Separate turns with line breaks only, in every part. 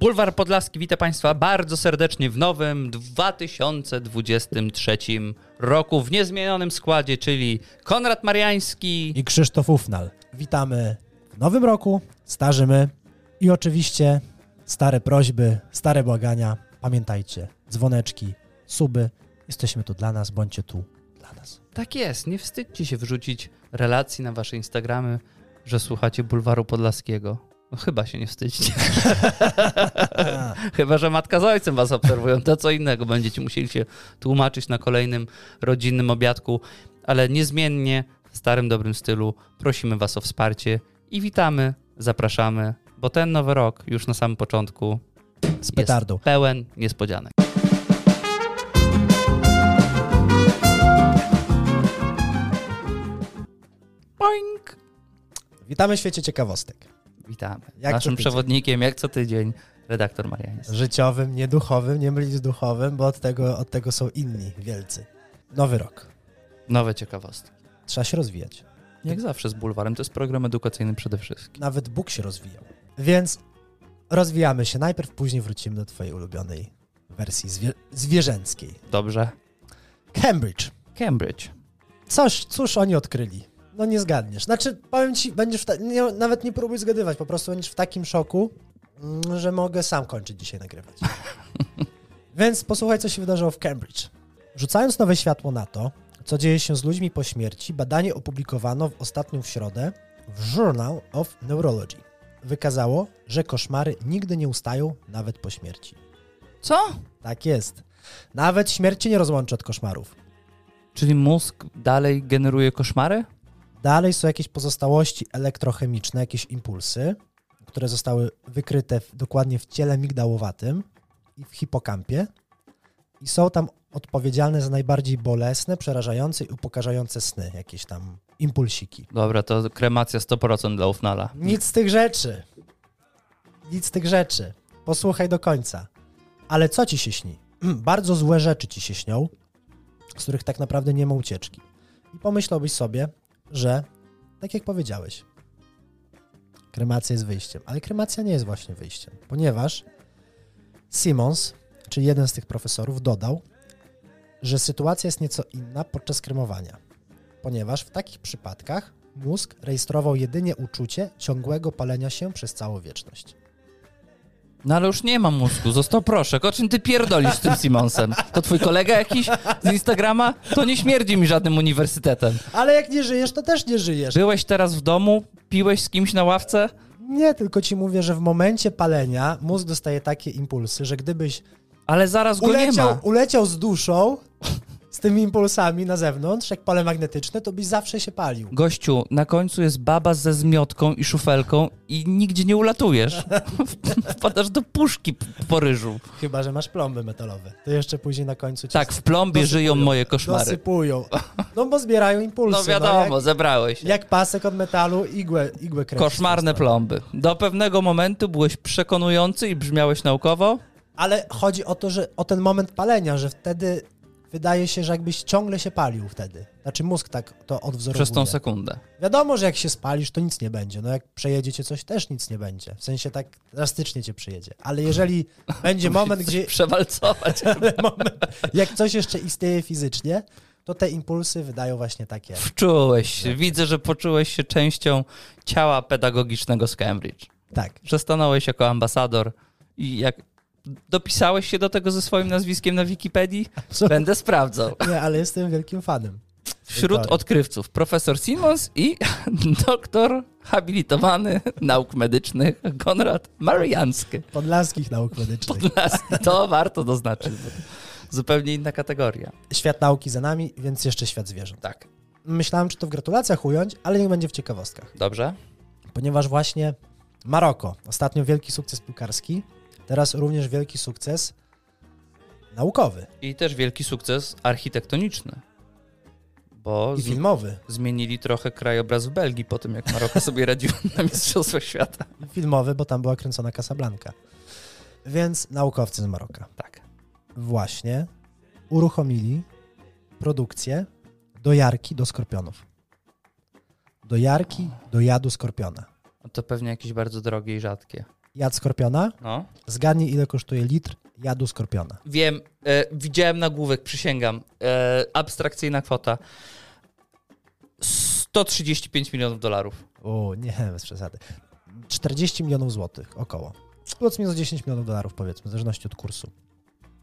Bulwar Podlaski, witam Państwa bardzo serdecznie w nowym 2023 roku w niezmienionym składzie, czyli Konrad Mariański.
i Krzysztof Ufnal. Witamy w nowym roku, starzymy i oczywiście stare prośby, stare błagania. Pamiętajcie, dzwoneczki, suby, jesteśmy tu dla nas, bądźcie tu dla nas.
Tak jest, nie wstydźcie się wrzucić relacji na Wasze Instagramy, że słuchacie Bulwaru Podlaskiego. No chyba się nie wstydźcie. chyba, że matka z ojcem Was obserwują, to co innego. Będziecie musieli się tłumaczyć na kolejnym rodzinnym obiadku, ale niezmiennie w starym dobrym stylu prosimy Was o wsparcie i witamy, zapraszamy, bo ten nowy rok już na samym początku
Z petardą.
jest pełen niespodzianek. Boink!
Witamy w świecie ciekawostek.
Witamy.
Jak co
Naszym
tydzień.
przewodnikiem, jak co tydzień, redaktor Mariański.
Życiowym, nie duchowym, nie mylić z duchowym, bo od tego, od tego są inni wielcy. Nowy rok.
Nowe ciekawostki.
Trzeba się rozwijać.
Jak zawsze z Bulwarem, to jest program edukacyjny przede wszystkim.
Nawet Bóg się rozwijał. Więc rozwijamy się najpierw, później wrócimy do twojej ulubionej wersji zwie- zwierzęckiej.
Dobrze.
Cambridge.
Cambridge.
Coś, cóż oni odkryli? No nie zgadniesz. Znaczy, powiem ci, będziesz w ta- nie, nawet nie próbuj zgadywać, po prostu będziesz w takim szoku, mm, że mogę sam kończyć dzisiaj nagrywać. Więc posłuchaj, co się wydarzyło w Cambridge. Rzucając nowe światło na to, co dzieje się z ludźmi po śmierci, badanie opublikowano w ostatnią środę w Journal of Neurology. Wykazało, że koszmary nigdy nie ustają nawet po śmierci.
Co?
Tak jest. Nawet śmierć cię nie rozłączy od koszmarów.
Czyli mózg dalej generuje koszmary?
Dalej są jakieś pozostałości elektrochemiczne, jakieś impulsy, które zostały wykryte w, dokładnie w ciele migdałowatym i w hipokampie. I są tam odpowiedzialne za najbardziej bolesne, przerażające i upokarzające sny, jakieś tam impulsiki.
Dobra, to kremacja 100% dla Ufnala.
Nic z tych rzeczy. Nic z tych rzeczy. Posłuchaj do końca. Ale co ci się śni? Bardzo złe rzeczy ci się śnią, z których tak naprawdę nie ma ucieczki. I pomyślałbyś sobie, że tak jak powiedziałeś, kremacja jest wyjściem. Ale kremacja nie jest właśnie wyjściem, ponieważ Simons, czyli jeden z tych profesorów, dodał, że sytuacja jest nieco inna podczas kremowania ponieważ w takich przypadkach mózg rejestrował jedynie uczucie ciągłego palenia się przez całą wieczność.
No ale już nie mam mózgu, został proszek. O czym ty pierdolisz z tym Simonsem? To twój kolega jakiś z Instagrama? To nie śmierdzi mi żadnym uniwersytetem.
Ale jak nie żyjesz, to też nie żyjesz.
Byłeś teraz w domu, piłeś z kimś na ławce?
Nie, tylko ci mówię, że w momencie palenia mózg dostaje takie impulsy, że gdybyś
Ale zaraz go nie
uleciał,
ma.
uleciał z duszą, z tymi impulsami na zewnątrz, jak pole magnetyczne, to byś zawsze się palił.
Gościu, na końcu jest baba ze zmiotką i szufelką i nigdzie nie ulatujesz. Wpadasz do puszki p- po ryżu.
Chyba, że masz plomby metalowe. To jeszcze później na końcu cię
Tak, w plombie żyją moje koszmary.
dosypują. No bo zbierają impulsy.
No wiadomo,
jak,
zebrałeś.
jak pasek od metalu, igłę, igłę kręcisz.
Koszmarne plomby. Do pewnego momentu byłeś przekonujący i brzmiałeś naukowo.
Ale chodzi o to, że o ten moment palenia, że wtedy wydaje się, że jakbyś ciągle się palił wtedy. Znaczy mózg tak to odwzorowuje.
Przez tą sekundę.
Wiadomo, że jak się spalisz, to nic nie będzie. No jak przejedziecie coś, też nic nie będzie. W sensie tak drastycznie cię przyjedzie. Ale jeżeli będzie moment, gdzie
Przewalcować.
ale moment, jak coś jeszcze istnieje fizycznie, to te impulsy wydają właśnie takie.
Wczułeś się. Widzę, że poczułeś się częścią ciała pedagogicznego z Cambridge.
Tak.
Że stanąłeś jako ambasador i jak dopisałeś się do tego ze swoim nazwiskiem na Wikipedii, będę sprawdzał.
Nie, ale jestem wielkim fanem.
Wśród
Dokładnie.
odkrywców profesor Simons i doktor habilitowany nauk medycznych Konrad Mariański.
Podlaskich nauk medycznych.
To warto doznaczyć. bo to Zupełnie inna kategoria.
Świat nauki za nami, więc jeszcze świat zwierząt.
Tak,
Myślałem, czy to w gratulacjach ująć, ale niech będzie w ciekawostkach.
dobrze?
ponieważ właśnie Maroko, ostatnio wielki sukces piłkarski, teraz również wielki sukces naukowy
I też wielki sukces architektoniczny. Bo
i
z,
filmowy.
zmienili trochę krajobraz w Belgii po tym, jak Maroko sobie radziło na Mistrzostwach Świata.
I Filmowy, bo tam była kręcona Casablanca. Więc naukowcy z Maroka
Tak.
właśnie uruchomili produkcję dojarki do skorpionów. Dojarki do jadu skorpiona.
To pewnie jakieś bardzo drogie i rzadkie.
jad skorpiona.
No.
Zgadnij, ile kosztuje litr jadu skorpiona.
Wiem, e, widziałem nagłówek, przysięgam. E, abstrakcyjna kwota. 135 milionów dolarów.
O, nie, bez przesady. 40 milionów złotych, około. Plus minus 10 milionów dolarów, powiedzmy, w zależności od kursu.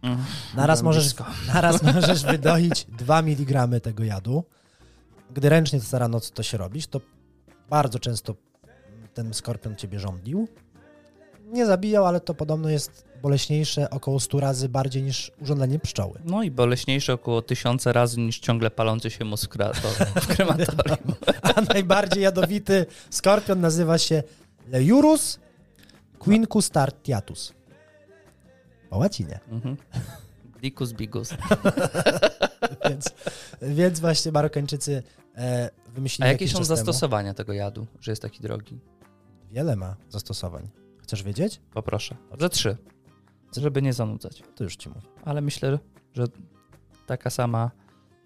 Mm,
Naraz
byłem
możesz, naraz możesz wydoić 2 mg tego jadu. Gdy ręcznie co rano to się robisz, to bardzo często ten skorpion ciebie żądlił. Nie zabijał, ale to podobno jest boleśniejsze około 100 razy bardziej niż urządzenie pszczoły.
No i boleśniejsze około tysiąca razy niż ciągle palący się mózg kreator- w krematorium.
A najbardziej jadowity skorpion nazywa się Lejurus quincus tartiatus. Po łacinie.
Mhm. Dicus bigus.
Więc, więc właśnie Marokańczycy e,
A
wymyślili
jakie
jakiś
są
czas
zastosowania tego jadu, że jest taki drogi?
Temu. Wiele ma zastosowań. Chcesz wiedzieć?
Poproszę. Dobrze, trzy. Żeby nie zanudzać.
To już ci mówię.
Ale myślę, że taka sama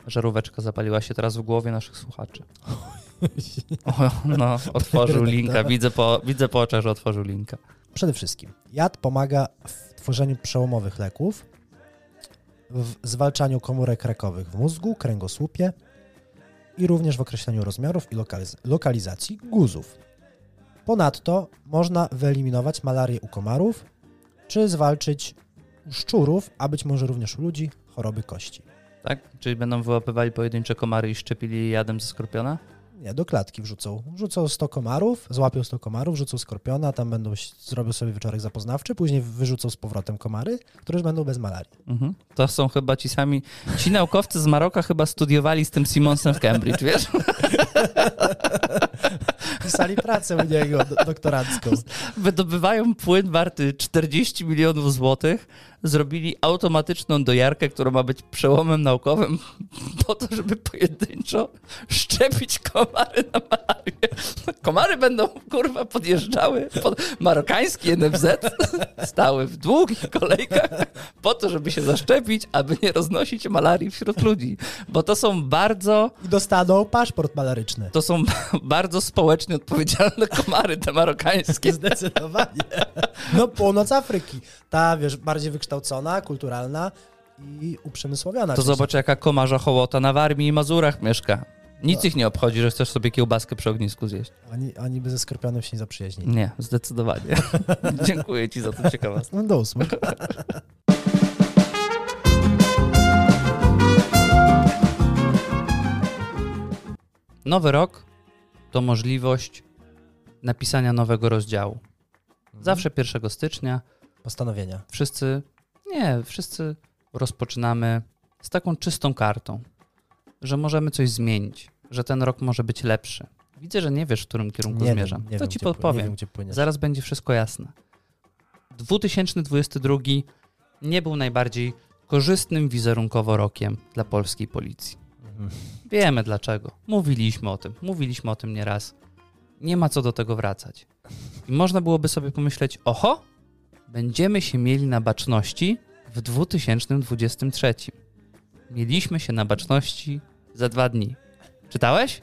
żaróweczka zapaliła się teraz w głowie naszych słuchaczy. O, no, otworzył linka. Widzę po, widzę po oczach, że otworzył linka.
Przede wszystkim jad pomaga w tworzeniu przełomowych leków, w zwalczaniu komórek rakowych w mózgu, kręgosłupie i również w określeniu rozmiarów i lokaliz- lokalizacji guzów. Ponadto można wyeliminować malarię u komarów, czy zwalczyć u szczurów, a być może również u ludzi, choroby kości.
Tak? Czyli będą wyłapywali pojedyncze komary i szczepili jadem ze skorpiona?
Nie, do klatki wrzucą. Rzucą 100 komarów, złapią 100 komarów, rzucą skorpiona, tam będą, zrobią sobie wieczorek zapoznawczy, później wyrzucą z powrotem komary, które już będą bez malarii.
Mhm. To są chyba ci sami. Ci naukowcy z Maroka chyba studiowali z tym Simonsem w Cambridge, wiesz?
Pisali pracę u niego do, doktorancką.
Wydobywają płyn warty 40 milionów złotych, zrobili automatyczną dojarkę, która ma być przełomem naukowym, po to, żeby pojedynczo szczepić komary na malarię. Komary będą, kurwa, podjeżdżały pod marokański NFZ, stały w długich kolejkach, po to, żeby się zaszczepić, aby nie roznosić malarii wśród ludzi. Bo to są bardzo.
I dostaną paszport malaryczny.
To są bardzo społecznie odpowiedzialne komary te marokańskie.
Zdecydowanie. No północ Afryki. Ta, wiesz, bardziej wykształcona, kulturalna i uprzemysłowiona.
To
Gdzieś tam.
zobacz, jaka komarza hołota na Warmii i Mazurach mieszka.
No.
Nic ich nie obchodzi, że chcesz sobie kiełbaskę przy ognisku zjeść.
Oni, oni by ze skorpionem się nie zaprzyjaźnili.
Nie, zdecydowanie. Dziękuję ci za tę ciekawostkę.
No do ósmy.
Nowy rok to możliwość napisania nowego rozdziału.
Mhm.
Zawsze 1 stycznia
Postanowienia.
wszyscy, nie, wszyscy rozpoczynamy z taką czystą kartą, że możemy coś zmienić, że ten rok może być lepszy. Widzę, że nie wiesz, w którym kierunku
wiem,
zmierzam. to
wiem,
ci
gdzie pły-
podpowiem.
Nie wiem, gdzie płynie.
Zaraz będzie wszystko jasne. 2022 nie był najbardziej korzystnym wizerunkowo rokiem dla polskiej policji.
Mhm.
Wiemy dlaczego. Mówiliśmy o tym. Mówiliśmy o tym nieraz. Nie ma co do tego wracać. I można byłoby sobie pomyśleć, oho, będziemy się mieli na baczności w 2023. Mieliśmy się na baczności za dwa dni. Czytałeś?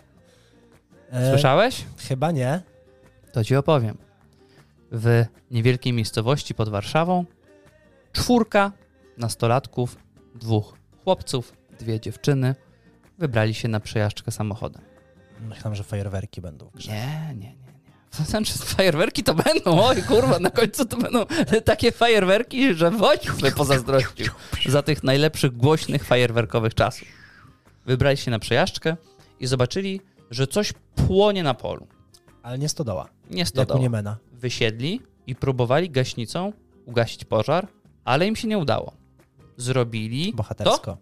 E,
Słyszałeś?
Chyba nie.
To ci opowiem. W niewielkiej miejscowości pod Warszawą czwórka nastolatków, dwóch chłopców, dwie dziewczyny wybrali się na przejażdżkę samochodem.
Myślałem, że fajerwerki będą w grze.
Nie, nie, nie. nie. To znaczy, fajerwerki to będą, oj kurwa, na końcu to będą takie fajerwerki, że Wojciech by pozazdrościł za tych najlepszych, głośnych, fajerwerkowych czasów. Wybrali się na przejażdżkę i zobaczyli, że coś płonie na polu.
Ale nie stodoła.
Nie
Jak u
stodoła
Niemena.
wysiedli i próbowali gaśnicą ugasić pożar, ale im się nie udało. Zrobili to,
Bohatersko.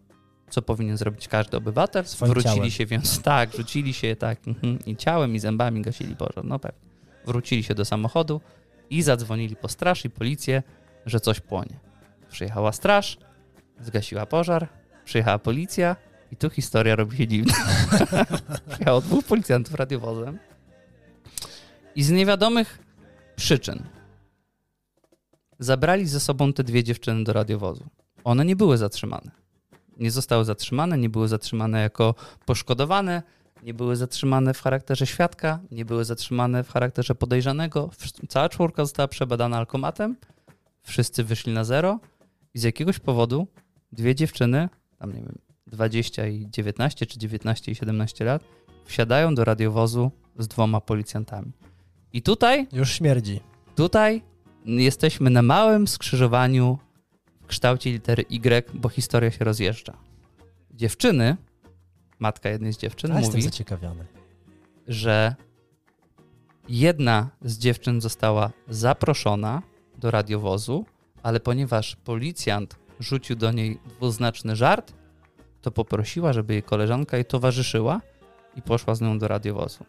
co powinien zrobić każdy obywatel.
Swoim
Wrócili
ciałem.
się więc tak, rzucili się tak mhm, i ciałem, i zębami gasili pożar. No pewnie. Wrócili się do samochodu i zadzwonili po straż i policję, że coś płonie. Przyjechała straż, zgasiła pożar, przyjechała policja i tu historia robi się dziwna. Przyjechało dwóch policjantów radiowozem i z niewiadomych przyczyn zabrali ze sobą te dwie dziewczyny do radiowozu. One nie były zatrzymane nie zostały zatrzymane, nie były zatrzymane jako poszkodowane, nie były zatrzymane w charakterze świadka, nie były zatrzymane w charakterze podejrzanego. Wsz- Cała czwórka została przebadana alkomatem, wszyscy wyszli na zero i z jakiegoś powodu dwie dziewczyny, tam nie wiem, 20 i 19, czy 19 i 17 lat, wsiadają do radiowozu z dwoma policjantami. I tutaj
Już śmierdzi.
Tutaj jesteśmy na małym skrzyżowaniu w kształcie litery Y, bo historia się rozjeżdża. Dziewczyny, matka jednej z dziewczyn,
A jestem
mówi,
zaciekawiony.
że jedna z dziewczyn została zaproszona do radiowozu, ale ponieważ policjant rzucił do niej dwuznaczny żart, to poprosiła, żeby jej koleżanka jej towarzyszyła i poszła z nią do radiowozu.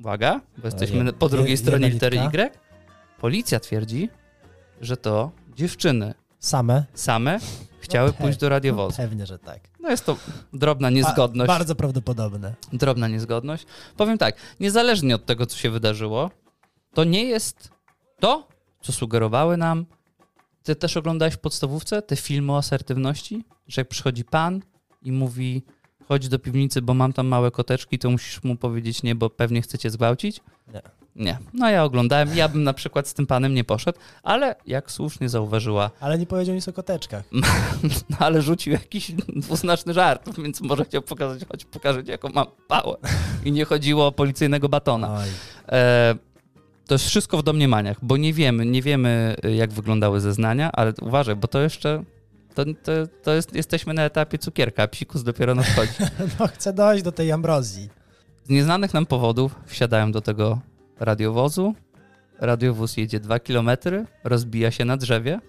Uwaga, bo jesteśmy
je-
na- po
je-
drugiej stronie
jedna
litery
litka.
Y. Policja twierdzi, że to dziewczyny
Same?
same chciały
No pe-
pójść do radiowozu.
Pewnie, że tak.
No jest to drobna niezgodność
Ba- bardzo prawdopodobne.
drobna niezgodność. Powiem tak, niezależnie od tego, co się wydarzyło, to nie jest to, co sugerowały nam. Ty też oglądałeś w podstawówce te filmy o asertywności? Że jak przychodzi pan i mówi, chodź do piwnicy, bo mam tam małe koteczki, to musisz mu powiedzieć nie, bo pewnie chcecie zgwałcić?
Nie.
Nie. No ja oglądałem, ja bym na przykład z tym panem nie poszedł, ale jak słusznie zauważyła,
Ale nie powiedział nic o koteczkach.
no ale rzucił jakiś dwuznaczny żart, więc może chciał pokazać, choć pokażę ci, jaką mam pałę. I nie chodziło o policyjnego batona.
Oj.
E, to jest wszystko w domniemaniach, bo nie wiemy, nie wiemy y, jak wyglądały zeznania, ale uważaj, bo to jeszcze, to, to, to jest, jesteśmy na etapie cukierka, psikus dopiero nadchodzi.
No chcę dojść do tej ambrozji.
Z nieznanych nam powodów wsiadałem do tego radiowozu. Radiowóz jedzie dwa kilometry, rozbija się na drzewie.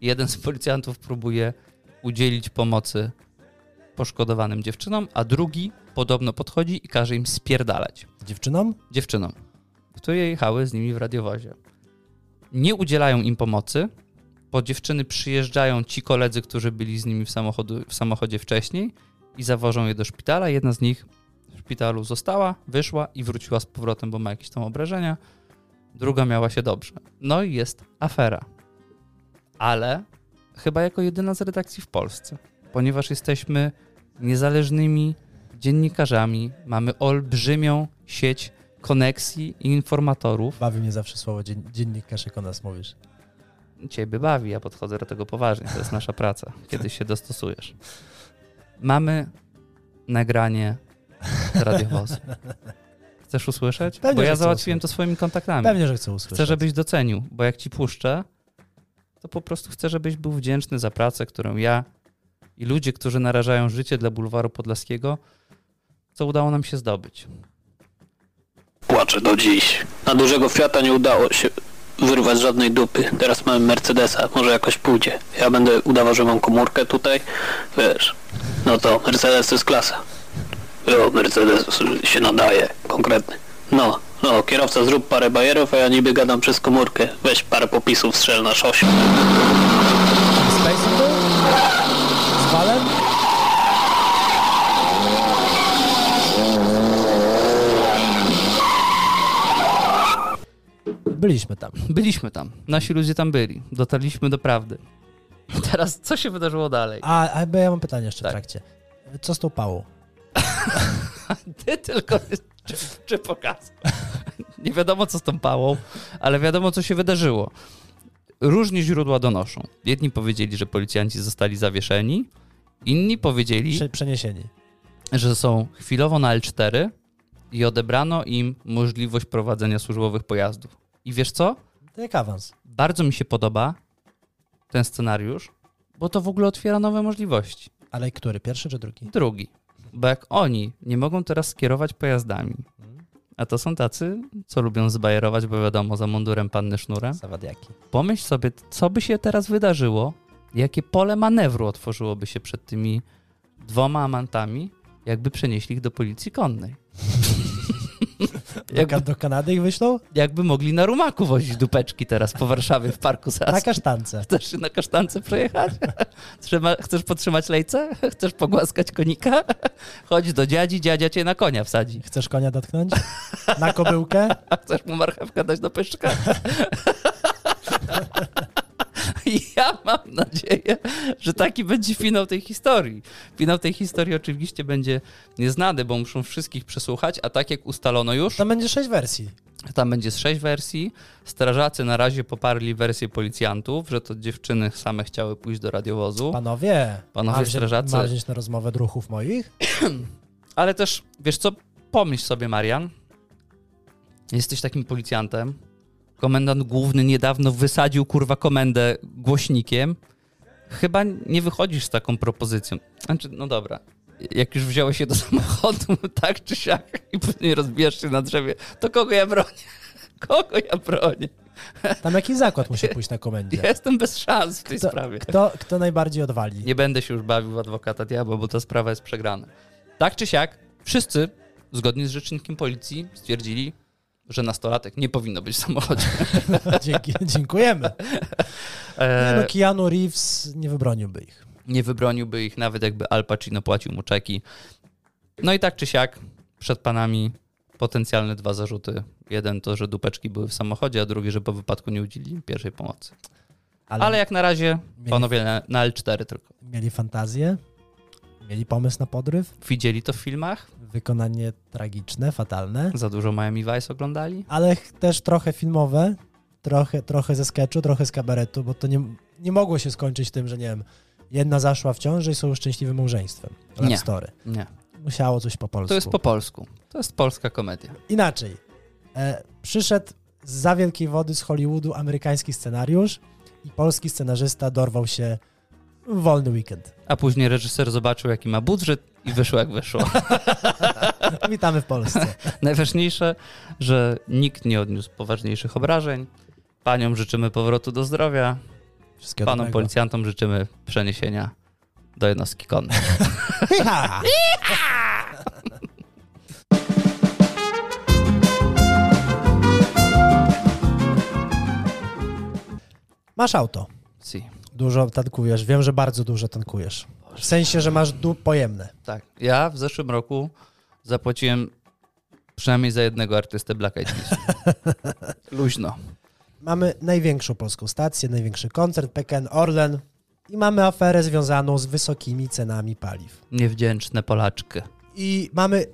Jeden z policjantów próbuje udzielić pomocy poszkodowanym dziewczynom, a drugi podobno podchodzi i każe im spierdalać
Dziewczynom?
dziewczynom, które jechały z nimi w radiowozie. Nie udzielają im pomocy, po dziewczyny przyjeżdżają ci koledzy, którzy byli z nimi w, samochodu, w samochodzie wcześniej i zawożą je do szpitala. Jedna z nich w szpitalu została, wyszła i wróciła z powrotem, bo ma jakieś tam obrażenia. Druga miała się dobrze. No i jest afera. Ale chyba jako jedyna z redakcji w Polsce, ponieważ jesteśmy niezależnymi dziennikarzami, mamy olbrzymią sieć koneksji i informatorów.
Bawi mnie zawsze słowo dzien- dziennikarz, jak o nas mówisz.
Ciebie bawi, ja podchodzę do tego poważnie, to jest nasza praca. Kiedyś się dostosujesz. Mamy nagranie z radiowozu. Chcesz usłyszeć?
Pewnie,
bo
że
ja
chcę
załatwiłem to
usłyszeć.
swoimi kontaktami.
Pewnie, że chcę usłyszeć.
Chcę, żebyś docenił, bo jak ci puszczę, to po prostu chcę, żebyś był wdzięczny za pracę, którą ja i ludzie, którzy narażają życie dla bulwaru podlaskiego, co udało nam się zdobyć.
Płaczę do dziś. Na dużego Fiata nie udało się wyrwać żadnej dupy. Teraz mamy Mercedesa, może jakoś pójdzie. Ja będę udawał, że mam komórkę tutaj. Wiesz, no to Mercedes to jest klasa. Jo, Mercedes się nadaje, konkretny. No, no, kierowca zrób parę bajerów, a ja niby gadam przez komórkę. Weź parę popisów, strzel na szosiu.
Space był? Z walem? Byliśmy tam.
Byliśmy tam, nasi ludzie tam byli, dotarliśmy do prawdy. Teraz co się wydarzyło dalej?
A, a bo ja mam pytanie jeszcze
Tak.
w trakcie. Co z tą pałą?
Ty tylko czy, czy pokaz. Nie wiadomo, co z tą pałą, ale wiadomo, co się wydarzyło. Różni źródła donoszą. Jedni powiedzieli, że policjanci zostali zawieszeni, inni powiedzieli,
Prze- Przeniesieni.
że są chwilowo na L4 i odebrano im możliwość prowadzenia służbowych pojazdów. I wiesz co?
To jak awans.
Bardzo mi się podoba ten scenariusz, bo to w ogóle otwiera nowe możliwości.
Ale który? Pierwszy czy drugi?
Drugi, bo jak oni nie mogą teraz kierować pojazdami, a to są tacy, co lubią zbajerować, bo wiadomo, za mundurem panny sznurem,
Zawadiaki.
pomyśl sobie, co by się teraz wydarzyło, jakie pole manewru otworzyłoby się przed tymi dwoma amantami, jakby przenieśli ich do policji konnej.
Do,
jakby,
kan- do Kanady ich wyślą?
jakby mogli na rumaku wozić dupeczki teraz po Warszawie w parku
Na
Saski.
kasztance.
Chcesz się na kasztance przejechać? Trzyma, chcesz podtrzymać lejce? Chcesz pogłaskać konika? Chodź do dziadzi, dziadzia cię na konia wsadzi.
Chcesz konia dotknąć? Na kobyłkę?
A chcesz mu marchewkę dać do pyszczka? I ja mam nadzieję, że taki będzie finał tej historii. Finał tej historii oczywiście będzie nieznany, bo muszą wszystkich przesłuchać, a tak jak ustalono już,
Tam będzie sześć wersji.
tam będzie z sześć wersji. Strażacy na razie poparli wersję policjantów, że to dziewczyny same chciały pójść do radiowozu.
Panowie,
Panowie
mam wziąć-
strażacy.
Mam wziąć na rozmowę druhów moich?
Ale też, wiesz co, pomyśl sobie, Marian. Jesteś takim policjantem. Komendant główny niedawno wysadził kurwa komendę głośnikiem. Chyba nie wychodzisz z taką propozycją. Znaczy, no dobra. Jak już wziąłeś się do samochodu, tak czy siak, i później rozbijesz się na drzewie, to kogo ja bronię? Kogo ja bronię?
Tam jakiś zakład musi pójść na komendę.
Ja jestem bez szans w tej
Kto,
sprawie.
kto, kto najbardziej odwali?
Nie będę się już bawił w adwokata diabła, bo ta sprawa jest przegrana. Tak czy siak, wszyscy, zgodnie z rzecznikiem policji, stwierdzili, że nastolatek nie powinno być w samochodzie.
Dzięki, dziękujemy. Nie,
E,
no Keanu Reeves nie wybroniłby ich.
nie wybroniłby ich nawet jakby Al Pacino płacił mu czeki. No i tak czy siak, przed panami potencjalne dwa zarzuty. Jeden to, że dupeczki były w samochodzie, a drugi, że po wypadku nie udzielili im pierwszej pomocy.
Ale,
Ale jak na razie, panowie, na, na L4 tylko.
mieli fantazję, mieli pomysł na podryw,
Widzieli to w filmach?
wykonanie tragiczne, fatalne,
Za dużo Miami Vice oglądali?
ale ch- też trochę filmowe, trochę, trochę ze sketchu, trochę z kabaretu, bo to nie, nie mogło się skończyć tym, że nie wiem, jedna zaszła w ciąży i są szczęśliwym małżeństwem. Love
Nie.
Story.
Nie.
Musiało coś po polsku.
To jest po polsku. To jest polska komedia.
Inaczej. E, przyszedł z za wielkiej wody z Hollywoodu amerykański scenariusz i polski scenarzysta dorwał się w wolny weekend.
A później reżyser zobaczył, jaki ma budżet i wyszło jak wyszło.
Witamy w Polsce.
Najważniejsze, że nikt nie odniósł poważniejszych obrażeń. Paniom życzymy powrotu do zdrowia,
Wszystkiego
panom
dobrego.
policjantom życzymy przeniesienia do jednostki konnej.
Hyha! Masz auto.
Si.
Dużo tankujesz. Wiem, że bardzo dużo tankujesz. W sensie, że masz du pojemne.
Tak. Ja w zeszłym roku zapłaciłem przynajmniej za jednego artystę Black Eyed Peas. Luźno.
Mamy największą polską stację, największy koncert PKN Orlen i mamy aferę związaną z wysokimi cenami paliw.
Niewdzięczne Polaczki.
I mamy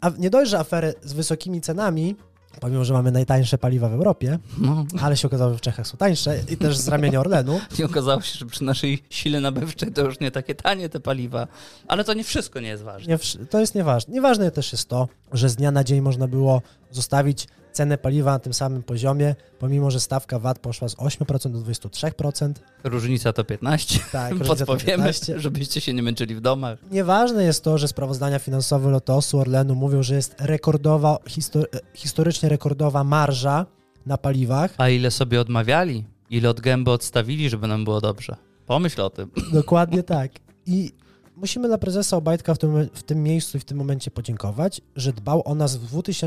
a nie dość, że aferę z wysokimi cenami, pomimo, że mamy najtańsze paliwa w Europie,
No,
ale się okazało, że w Czechach są tańsze i też z ramienia Orlenu.
I okazało się, że przy naszej sile nabywczej to już nie takie tanie te paliwa. Ale to nie wszystko nie jest ważne.
Nie, wsz- to jest nieważne. Nieważne też jest to, że z dnia na dzień można było zostawić cenę paliwa na tym samym poziomie, pomimo, że stawka VAT poszła z 8% do 23%.
Różnica to 15.
Tak, różnica to
Podpowiemy,
15.
żebyście się nie męczyli w domach.
Nieważne jest to, że sprawozdania finansowe Lotosu Orlenu mówią, że jest rekordowa, histo- e, historycznie rekordowa marża na paliwach.
A ile sobie odmawiali? Ile od gęby odstawili, żeby nam było dobrze? Pomyśl o tym.
Dokładnie tak. I musimy dla prezesa Obajtka w tym, w tym miejscu i w tym momencie podziękować, że dbał o nas w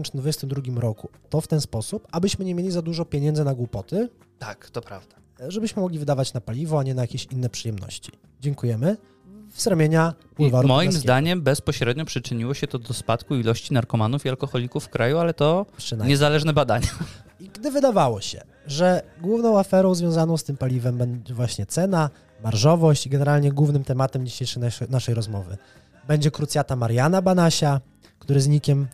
2022 roku. To w ten sposób, abyśmy nie mieli za dużo pieniędzy na głupoty,
Tak, to prawda.
żebyśmy mogli wydawać na paliwo, a nie na jakieś inne przyjemności. Dziękujemy. Z ramienia
I
Bulwaru
moim
Podlaskiego.
zdaniem bezpośrednio przyczyniło się to do spadku ilości narkomanów i alkoholików w kraju, ale to
Przynajmniej.
niezależne badania.
I gdy wydawało się, że główną aferą związaną z tym paliwem będzie właśnie cena, marżowość i generalnie głównym tematem dzisiejszej naszej, naszej rozmowy będzie krucjata Mariana Banasia, który z nikiem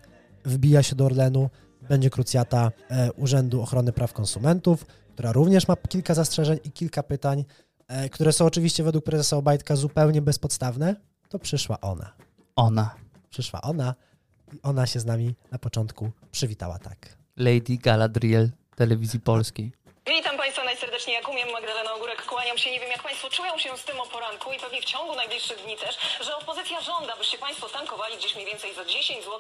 wbija się do Orlenu, będzie krucjata e, Urzędu Ochrony Praw Konsumentów, która również ma kilka zastrzeżeń i kilka pytań, e, które są oczywiście według prezesa Obajtka zupełnie bezpodstawne, to przyszła ona.
Ona,
Przyszła ona i ona się z nami na początku przywitała tak.
Lady Galadriel telewizji polskiej.
Witam Państwa najserdeczniej, jak umiem, Magdalena Ogórek, kłaniam się. Nie wiem, jak Państwo czują się z tym o poranku i pewnie w ciągu najbliższych dni też, że opozycja żąda, byście Państwo tankowali gdzieś mniej więcej za 10 zł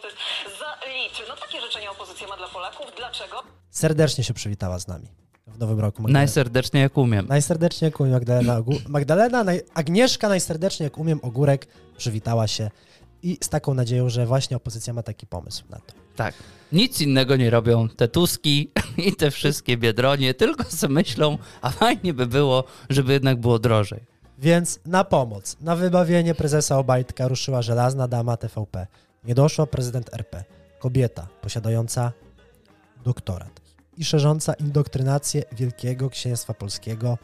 za litr. No takie życzenia opozycja ma dla Polaków. Dlaczego?
serdecznie się przywitała z nami w Nowym Roku. Magdalena.
Najserdeczniej jak umiem.
Najserdeczniej jak umiem Magdalena. Ogó- Magdalena, naj... Agnieszka najserdeczniej jak umiem Ogórek przywitała się i z taką nadzieją, że właśnie opozycja ma taki pomysł na to.
Tak. Nic innego nie robią te Tuski i te wszystkie Biedronie, tylko sobie myślą, a fajnie by było, żeby jednak było drożej.
Więc na pomoc, na wybawienie prezesa Obajtka ruszyła żelazna dama TVP. Nie doszła prezydent RP. Kobieta posiadająca doktorat. i szerząca indoktrynację Wielkiego Księstwa Polskiego,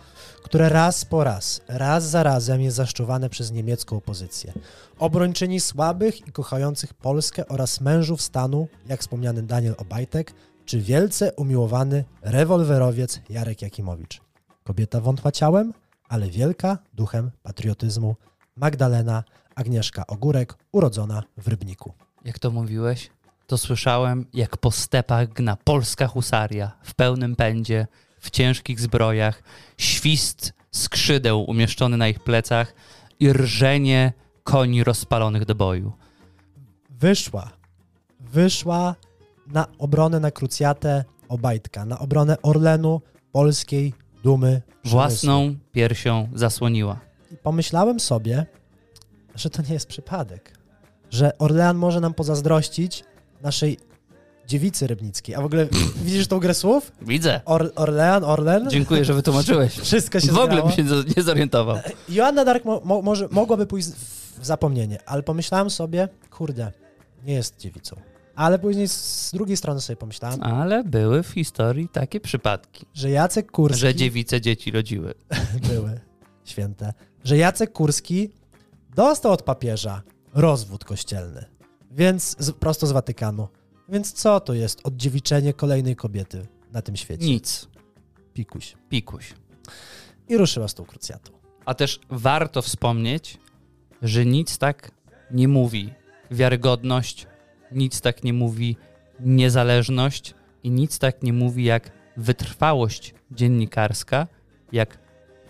które raz po raz, raz za razem jest zaszczuwane przez niemiecką opozycję. Obrończyni słabych i kochających Polskę oraz mężów stanu, jak wspomniany Daniel Obajtek, czy wielce umiłowany rewolwerowiec Jarek Jakimowicz. Kobieta wątła ciałem, ale wielka duchem patriotyzmu Magdalena Agnieszka Ogórek, urodzona w Rybniku.
Jak to mówiłeś? To słyszałem, jak po stepach gna polska husaria w pełnym pędzie, w ciężkich zbrojach, świst skrzydeł umieszczony na ich plecach i rżenie koni rozpalonych do boju.
Wyszła, wyszła na obronę, na krucjatę Obajtka, na obronę Orlenu, polskiej dumy. przemysłu.
Własną piersią zasłoniła.
I pomyślałem sobie, że to nie jest przypadek, że Orlean może nam pozazdrościć naszej dziewicy rybnickiej. A w ogóle widzisz tą grę słów?
Widzę.
Or, Orlean, Orlen?
Dziękuję, że wytłumaczyłeś.
Wszystko się
W ogóle
zgrało.
bym się nie zorientował.
Joanna Dark mo, mo, może, mogłaby pójść w w zapomnienie, ale pomyślałem sobie, kurde, nie jest dziewicą. Ale później z drugiej strony sobie pomyślałem,
Ale były w historii takie przypadki,
że Jacek Kurski...
że dziewice dzieci rodziły.
były święte, że Jacek Kurski dostał od papieża rozwód kościelny, więc z, prosto z Watykanu. Więc co to jest oddziewiczenie kolejnej kobiety na tym świecie?
Nic.
Pikuś.
Pikuś.
I ruszyła z tą krucjatą.
A też warto wspomnieć, że nic tak nie mówi wiarygodność, nic tak nie mówi niezależność i nic tak nie mówi jak wytrwałość dziennikarska, jak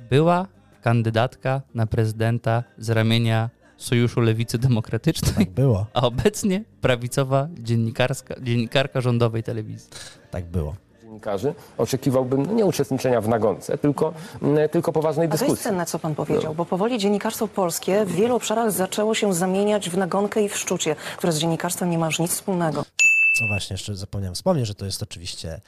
była kandydatka na prezydenta z ramienia Sojuszu Lewicy Demokratycznej,
Tak było,
a obecnie prawicowa dziennikarska, dziennikarka rządowej telewizji.
tak było.
dziennikarzy oczekiwałbym no, nie uczestniczenia w nagonce, tylko, mm, tylko poważnej
A to jest
dyskusji.
cenne, co pan powiedział, bo powoli dziennikarstwo polskie w wielu obszarach zaczęło się zamieniać w nagonkę i w szczucie, które z dziennikarstwem nie ma już nic wspólnego.
No właśnie, jeszcze zapomniałem wspomnieć, że to jest oczywiście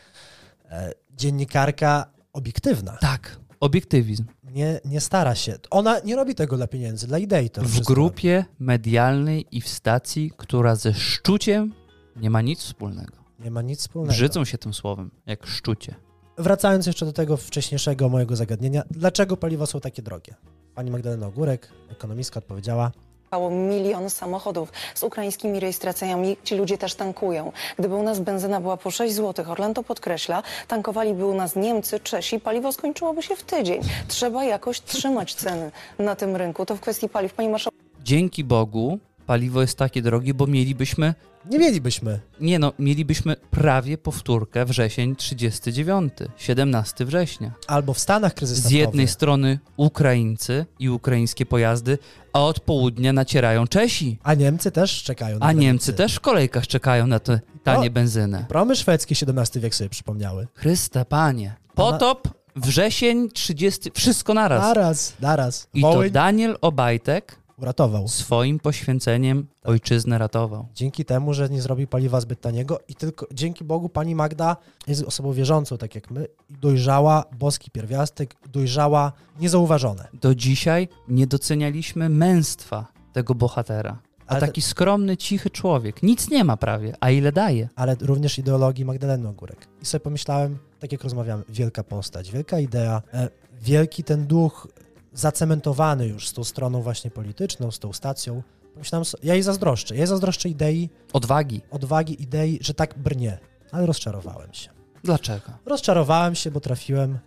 e, dziennikarka obiektywna.
Tak, obiektywizm.
Nie, nie stara się. Ona nie robi tego dla pieniędzy, dla idei. To
W
wszystko
grupie medialnej i w stacji, która ze szczuciem nie ma nic wspólnego.
robi. Nie ma nic wspólnego.
Brzydzą się tym słowem, jak szczucie.
Wracając jeszcze do tego wcześniejszego mojego zagadnienia, dlaczego paliwa są takie drogie? Pani Magdalena Ogórek, ekonomistka, odpowiedziała,
Około milion samochodów z ukraińskimi rejestracjami. Ci ludzie też tankują. Gdyby u nas benzyna była po 6 zł, Orlando podkreśla, tankowaliby u nas Niemcy, Czesi, paliwo skończyłoby się w tydzień. Trzeba jakoś trzymać ceny na tym rynku. To w kwestii paliw. Pani marszałek
Dzięki Bogu paliwo jest takie drogie, bo mielibyśmy,
nie mielibyśmy.
nie no, mielibyśmy prawie powtórkę wrzesień 39, 17 września.
Albo w Stanach kryzys
Z
naftowy.
jednej strony Ukraińcy i ukraińskie pojazdy, a od południa nacierają Czesi,
A Niemcy też czekają na
a
granicy.
Niemcy też w kolejkach czekają na te tanie
O.
benzynę.
Promy szwedzkie XVII wiek sobie przypomniały.
Chryste panie. Potop, wrzesień, 30, wszystko naraz.
Naraz, naraz.
I to
Wołyń
Daniel Obajtek
uratował.
swoim poświęceniem ojczyznę ratował.
Dzięki temu, że nie zrobił paliwa zbyt taniego i tylko dzięki Bogu pani Magda jest osobą wierzącą, tak jak my, i dojrzała, boski pierwiastek, dojrzała niezauważone.
Do dzisiaj nie docenialiśmy męstwa tego bohatera.
A
A
te-
taki skromny, cichy człowiek. Nic nie ma prawie, a ile daje.
ale również ideologii Magdaleny Ogórek. I sobie pomyślałem, tak jak rozmawiamy, wielka postać, wielka idea, e, wielki ten duch zacementowany już z tą stroną właśnie polityczną, z tą stacją. Pomyślałem, so- ja jej zazdroszczę, ja jej zazdroszczę idei,
Odwagi.
odwagi idei, że tak brnie, ale rozczarowałem się.
Dlaczego?
Rozczarowałem się, bo trafiłem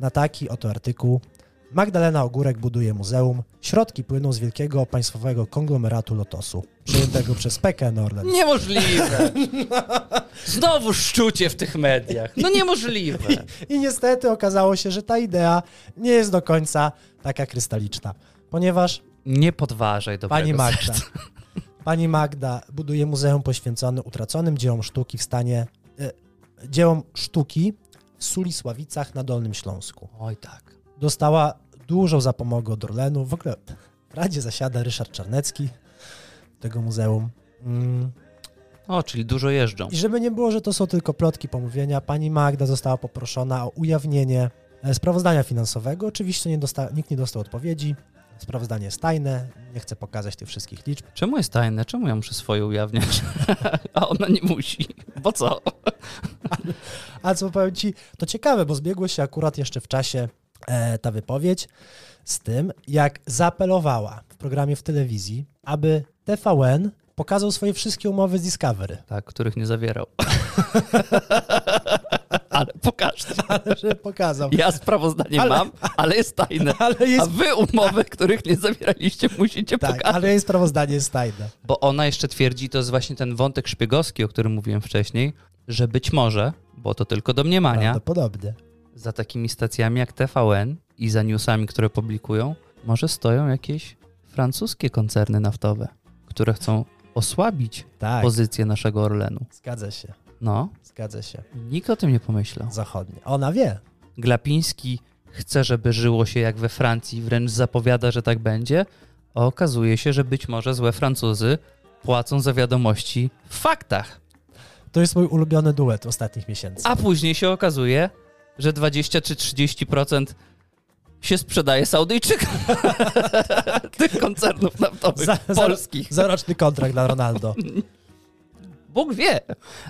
na taki oto artykuł. Magdalena Ogórek buduje muzeum. Środki płyną z wielkiego państwowego konglomeratu Lotosu, przejętego przez PKN Orlen.
Niemożliwe. Znowu szczucie w tych mediach. No niemożliwe.
I niestety okazało się, że ta idea nie jest do końca taka krystaliczna, ponieważ
Nie podważaj dobrego
pani Magda,
serca.
pani Magda buduje muzeum poświęcone utraconym dziełom sztuki w stanie e, dziełom sztuki w Sulisławicach na Dolnym Śląsku.
Oj tak.
Dostała dużą zapomogę od Orlenu. W ogóle w Radzie zasiada Ryszard Czarnecki tego muzeum. Mm.
O, czyli dużo jeżdżą.
I żeby nie było, że to są tylko plotki pomówienia, pani Magda została poproszona o ujawnienie e, sprawozdania finansowego. Oczywiście nie dosta- nikt nie dostał odpowiedzi. Sprawozdanie jest tajne, nie chcę pokazać tych wszystkich liczb.
Czemu jest tajne? Czemu ja muszę swoje ujawniać? A ona nie musi. Bo co?
A co powiem ci, to ciekawe, bo zbiegło się akurat jeszcze w czasie e, ta wypowiedź z tym, jak zaapelowała w programie w telewizji, aby TVN pokazał swoje wszystkie umowy z Discovery.
Tak, których nie zawierał. ale pokażcie.
Ale że pokazał.
Ja sprawozdanie
Ale-
mam, ale jest tajne.
Ale
A
jest-
wy umowy, których nie zawieraliście, musicie
Tak,
pokazać.
ale jej sprawozdanie jest tajne.
Bo ona jeszcze twierdzi, to jest właśnie ten wątek szpiegowski, o którym mówiłem wcześniej, że być może, bo to tylko domniemania,
Prawdopodobnie.
za takimi stacjami jak TVN i za newsami, które publikują, może stoją jakieś francuskie koncerny naftowe, które chcą osłabić
Tak,
pozycję naszego Orlenu.
zgadza się,
No,
zgadza się.
nikt o tym nie pomyślał.
Zachodnie. Ona wie.
Glapiński chce, żeby żyło się jak we Francji, wręcz zapowiada, że tak będzie, a okazuje się, że być może złe Francuzy płacą za wiadomości w faktach.
To jest mój ulubiony duet ostatnich miesięcy.
A później się okazuje, że 20 czy 30% się sprzedaje Saudyjczykom tych koncernów naftowych
Za- za-
polskich.
Za roczny kontrakt dla Ronaldo.
Bóg wie.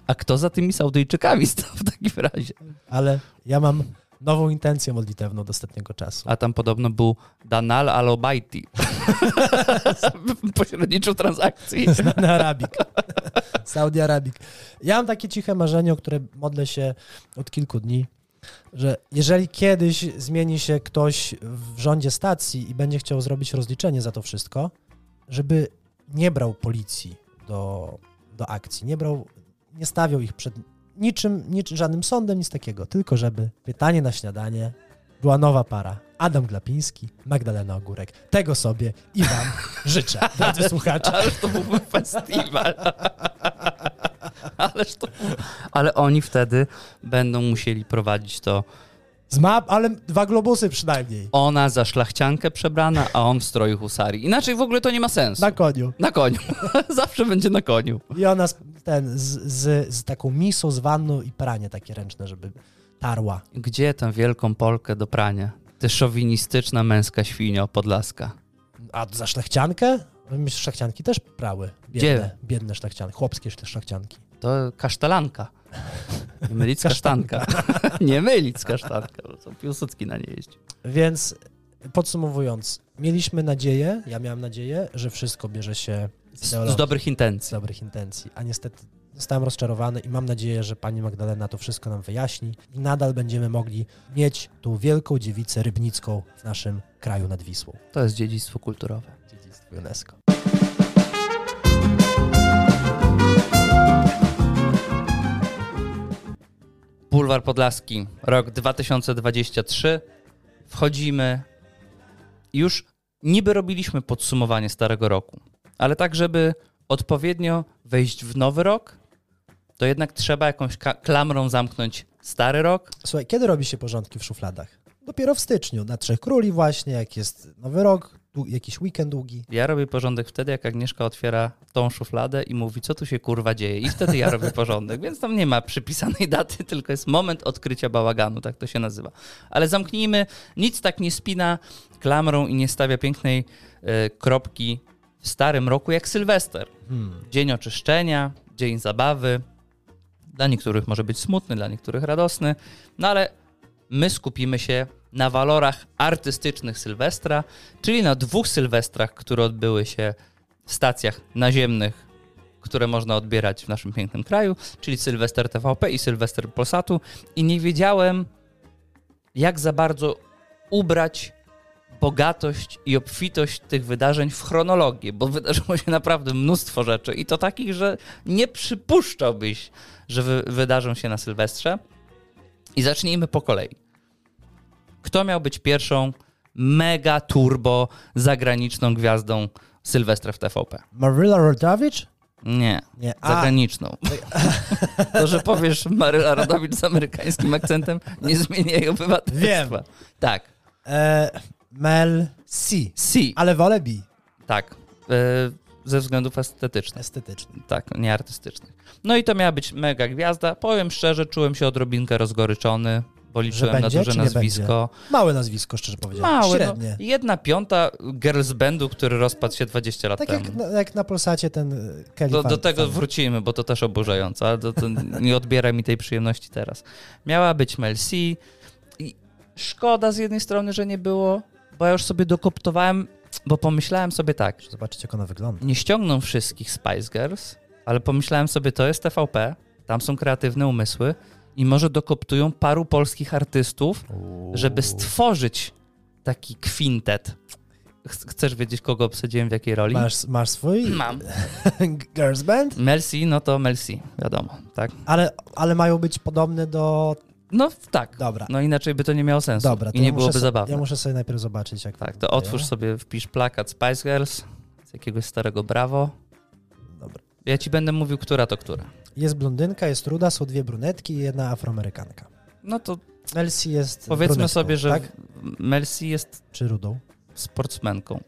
A kto za tymi Saudyjczykami stał w takim razie?
Ale ja mam nową intencję modlitewną do ostatniego czasu.
A tam podobno był Danal Al-Obaiti. Pośredniczył transakcji.
Znany Arabik. Saudi Arabik. Ja mam takie ciche marzenie, o które modlę się od kilku dni, że jeżeli kiedyś zmieni się ktoś w rządzie stacji i będzie chciał zrobić rozliczenie za to wszystko, żeby nie brał policji do, do akcji, nie brał, nie stawiał ich przed niczym, niczym, żadnym sądem, nic takiego, tylko żeby pytanie na śniadanie była nowa para. Adam Glapiński, Magdalena Ogórek. Tego sobie i wam życzę, drodzy słuchacze.
Ależ to byłby festiwal. Ależ to... Ale oni wtedy będą musieli prowadzić to.
Z map, ale dwa globusy przynajmniej.
Ona za szlachciankę przebrana, a on w stroju husarii. Inaczej w ogóle to nie ma sensu.
Na koniu.
Na koniu. Zawsze będzie na koniu.
I ona z, ten, z, z, z taką misą z wanną i pranie takie ręczne, żeby tarła.
Gdzie tę wielką Polkę do prania? Ty szowinistyczna męska świnio podlaska.
A za szlachciankę? Myślę, że szlachcianki też prały. Biedne,
Gdzie?
biedne szlachcianki. Chłopskie też szlachcianki.
To kasztelanka. Nie mylić z kasztanka. Nie mylić z kasztanka. bo To Piłsudski na nie jeździ.
Więc podsumowując, mieliśmy nadzieję, ja miałem nadzieję, że wszystko bierze się z,
Z, z
teologii,
dobrych
z
intencji.
dobrych intencji, a niestety zostałem rozczarowany i mam nadzieję, że pani Magdalena to wszystko nam wyjaśni i nadal będziemy mogli mieć tą wielką dziewicę rybnicką w naszym kraju nad Wisłą.
To jest dziedzictwo kulturowe.
Dziedzictwo UNESCO.
Bulwar Podlaski, rok 2023. Wchodzimy. Już niby robiliśmy podsumowanie starego roku, ale tak, żeby odpowiednio wejść w nowy rok, to jednak trzeba jakąś ka- klamrą zamknąć stary rok.
Słuchaj, kiedy robi się porządki w szufladach? Dopiero w styczniu, na Trzech Króli właśnie, jak jest Nowy Rok, dłu- jakiś weekend długi.
Ja robię porządek wtedy, jak Agnieszka otwiera tą szufladę i mówi, co tu się kurwa dzieje. I wtedy ja robię porządek, więc tam nie ma przypisanej daty, tylko jest moment odkrycia bałaganu, tak to się nazywa. Ale zamknijmy, nic tak nie spina klamrą i nie stawia pięknej e, kropki w starym roku jak Sylwester. Dzień oczyszczenia, dzień zabawy. Dla niektórych może być smutny, dla niektórych radosny, no ale my skupimy się na walorach artystycznych Sylwestra, czyli na dwóch Sylwestrach, które odbyły się w stacjach naziemnych, które można odbierać w naszym pięknym kraju, czyli Sylwester TVP i Sylwester Polsatu. I nie wiedziałem, jak za bardzo ubrać bogatość i obfitość tych wydarzeń w chronologię, bo wydarzyło się naprawdę mnóstwo rzeczy i to takich, że nie przypuszczałbyś, że wy- wydarzą się na Sylwestrze. I zacznijmy po kolei. Kto miał być pierwszą mega turbo zagraniczną gwiazdą Sylwestra w TVP?
Marilla Rodowicz?
Nie.
Nie, a, Tak.
Zagraniczną. To, że powiesz Maryla Rodowicz z amerykańskim akcentem, nie zmienia jej obywatelstwa.
No. Wiem.
Tak.
e, Mel C.
C.
Ale wolę B,
Tak. E, Ze względów estetycznych.
estetyczny.
tak, nie artystycznych. No i to miała być mega gwiazda. Powiem szczerze, czułem się odrobinkę rozgoryczony, bo bo liczyłem
Że
na
będzie,
duże
czy nie
nazwisko.
Małe nazwisko, szczerze powiedziałem.
Małe, no,
Średnie.
jedna piąta girls bandu, który rozpadł się 20 lat
Tak
temu.
jak, na- jak na Polsacie ten y, Kelly
Do,
Fan-
do tego
Fan.
wrócimy, bo to też oburzające, ale to, to nie odbiera mi tej przyjemności teraz. Miała być Mel C. I szkoda z jednej strony, że nie było, bo ja już sobie dokoptowałem, bo pomyślałem sobie tak, że
Zobaczyć, jak ona wygląda.
nie ściągną wszystkich Spice Girls, ale pomyślałem sobie, to jest TVP, tam są kreatywne umysły i może dokoptują paru polskich artystów, żeby stworzyć taki kwintet. Ch- Chcesz wiedzieć, kogo obsadziłem w jakiej roli?
Masz, masz swój
Mam. No.
girls band,
Mel C, no to Mel C, wiadomo, tak.
ale, ale mają być podobne do...
No tak.
Dobra.
No inaczej by to nie miało sensu.
Dobra, to
I nie
ja muszę
byłoby
so-
zabawne.
Ja muszę sobie najpierw zobaczyć, jak
Tak, to
wyglądają.
otwórz sobie, wpisz plakat Spice Girls z jakiegoś starego Bravo.
Dobra.
Ja ci będę mówił, która to która.
Jest blondynka, jest ruda, są dwie brunetki i jedna afroamerykanka.
No to
Elsie jest
powiedzmy
brunetką,
sobie, że
Tak?
Mel C jest
Czy rudą?
sportsmenką.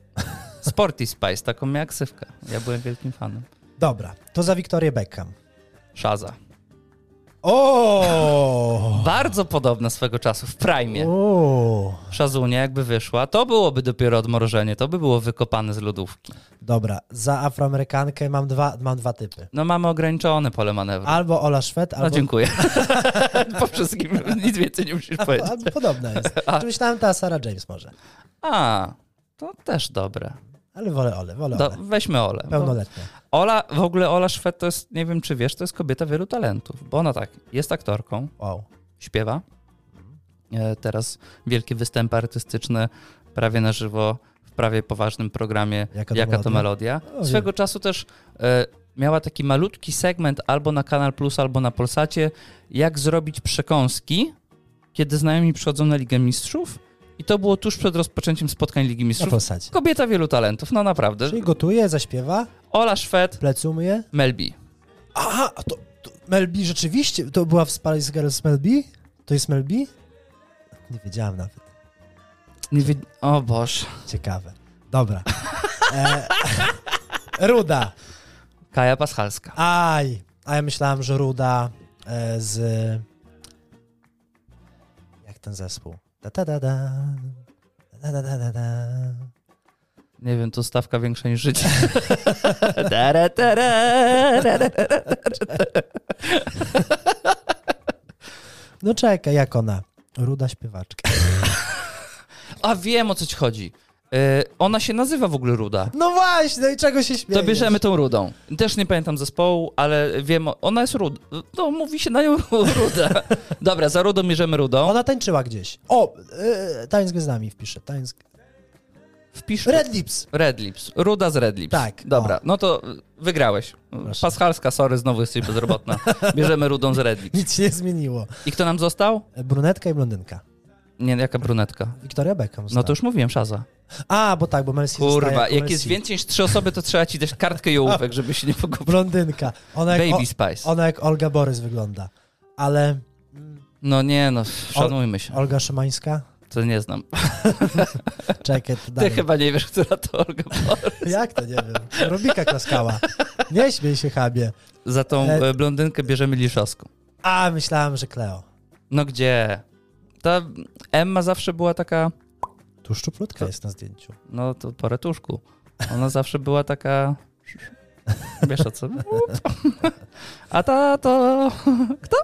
Sporty Spice, taką miała ksywkę. Ja byłem wielkim fanem.
Dobra, to za Wiktorię Beckham.
Szaza.
O!
Bardzo podobna swego czasu, w prime.
Uuu.
Szazunia jakby wyszła, to byłoby dopiero odmrożenie, to by było wykopane z lodówki.
Dobra, za afroamerykankę mam dwa, mam dwa typy.
No mamy ograniczone pole manewru.
Albo Ola Szwed,
No
albo,
dziękuję. po wszystkim nic więcej nie musisz powiedzieć.
albo podobna jest. Czy myślałem ta Sara James może.
A, to też dobre.
Ale wolę Ole, wolę
Do,
Ole.
weźmy Olę. bo
Pełnoletnia.
Ola, w ogóle Ola Szwed to jest, nie wiem czy wiesz, to jest kobieta wielu talentów, bo ona tak, jest aktorką,
Wow.
śpiewa,
Mhm.
e, teraz wielkie występy artystyczne, prawie na żywo, w prawie poważnym programie
Jaka to
Jaka to melodia.
O,
Swego czasu też e, miała taki malutki segment albo na Kanal Plus, albo na Polsacie, jak zrobić przekąski, kiedy znajomi przychodzą na Ligę Mistrzów i to było tuż przed rozpoczęciem spotkań Ligi
Na
Mistrzów.
posadzie.
Kobieta wielu talentów, no naprawdę.
Czyli gotuje, zaśpiewa,
Ola Szwed,
plecumuje.
Melbi.
Aha, a to, to Melbi rzeczywiście, to była w Spice Girls Melbi? To jest Melbi? Nie wiedziałem nawet.
Nie wie... O Boż.
Ciekawe. Dobra. E, ruda.
Kaja Paschalska.
Aj. A ja myślałem, że Ruda e, z... Jak ten zespół? Da, da, da, da. Da, da, da, da, da.
Nie wiem, to stawka większa niż życie. Tara, tara, tara.
No czekaj, jak ona? Ruda śpiewaczka.
A wiem o co ci chodzi. E, ona się nazywa w ogóle Ruda.
No właśnie, no i czego się śmiejesz?
To bierzemy tą rudą. Też nie pamiętam zespołu, ale wiem, o- ona jest ruda. No, mówi się na nią ru- ruda. Dobra, za rudą bierzemy rudą.
Ona tańczyła gdzieś. O, e, tańc z gwiazdami wpiszę. Tańc...
Wpisz
Red Lips.
Red Lips. Ruda z Red Lips.
Tak,
Dobra, no to wygrałeś. Paschalska, sorry, znowu jesteś bezrobotna. Bierzemy rudą z Red Lips.
Nic się nie zmieniło.
I kto nam został?
E, Brunetka i blondynka.
Nie, jaka brunetka.
Wiktoria Beckham.
No
została.
to już mówiłem, Szaza.
A, bo tak, bo Melsi
Kurwa,
zostaje
jak jest
Melsi.
więcej niż trzy osoby, to trzeba ci dać kartkę i ołówek, żeby się nie pogubić.
Blondynka. Ona jak,
Baby
o-
Spice.
ona jak Olga Borys wygląda. Ale
No nie, no, szanujmy się.
Olga Szymańska?
To nie znam.
Czekaj, to
Ty
dalej.
chyba nie wiesz, która to Olga była.
Jak to nie wiem? Rubika klaskała. Nie śmiej się, Habie.
Za tą
E,
e, blondynkę bierzemy Liszowską.
A, myślałem, że Kleo.
No gdzie? Ta Emma zawsze była taka,
Tu szczuplutka jest na zdjęciu.
no to po retuszku. Ona zawsze była taka... Wiesz o co? A ta to... Kto?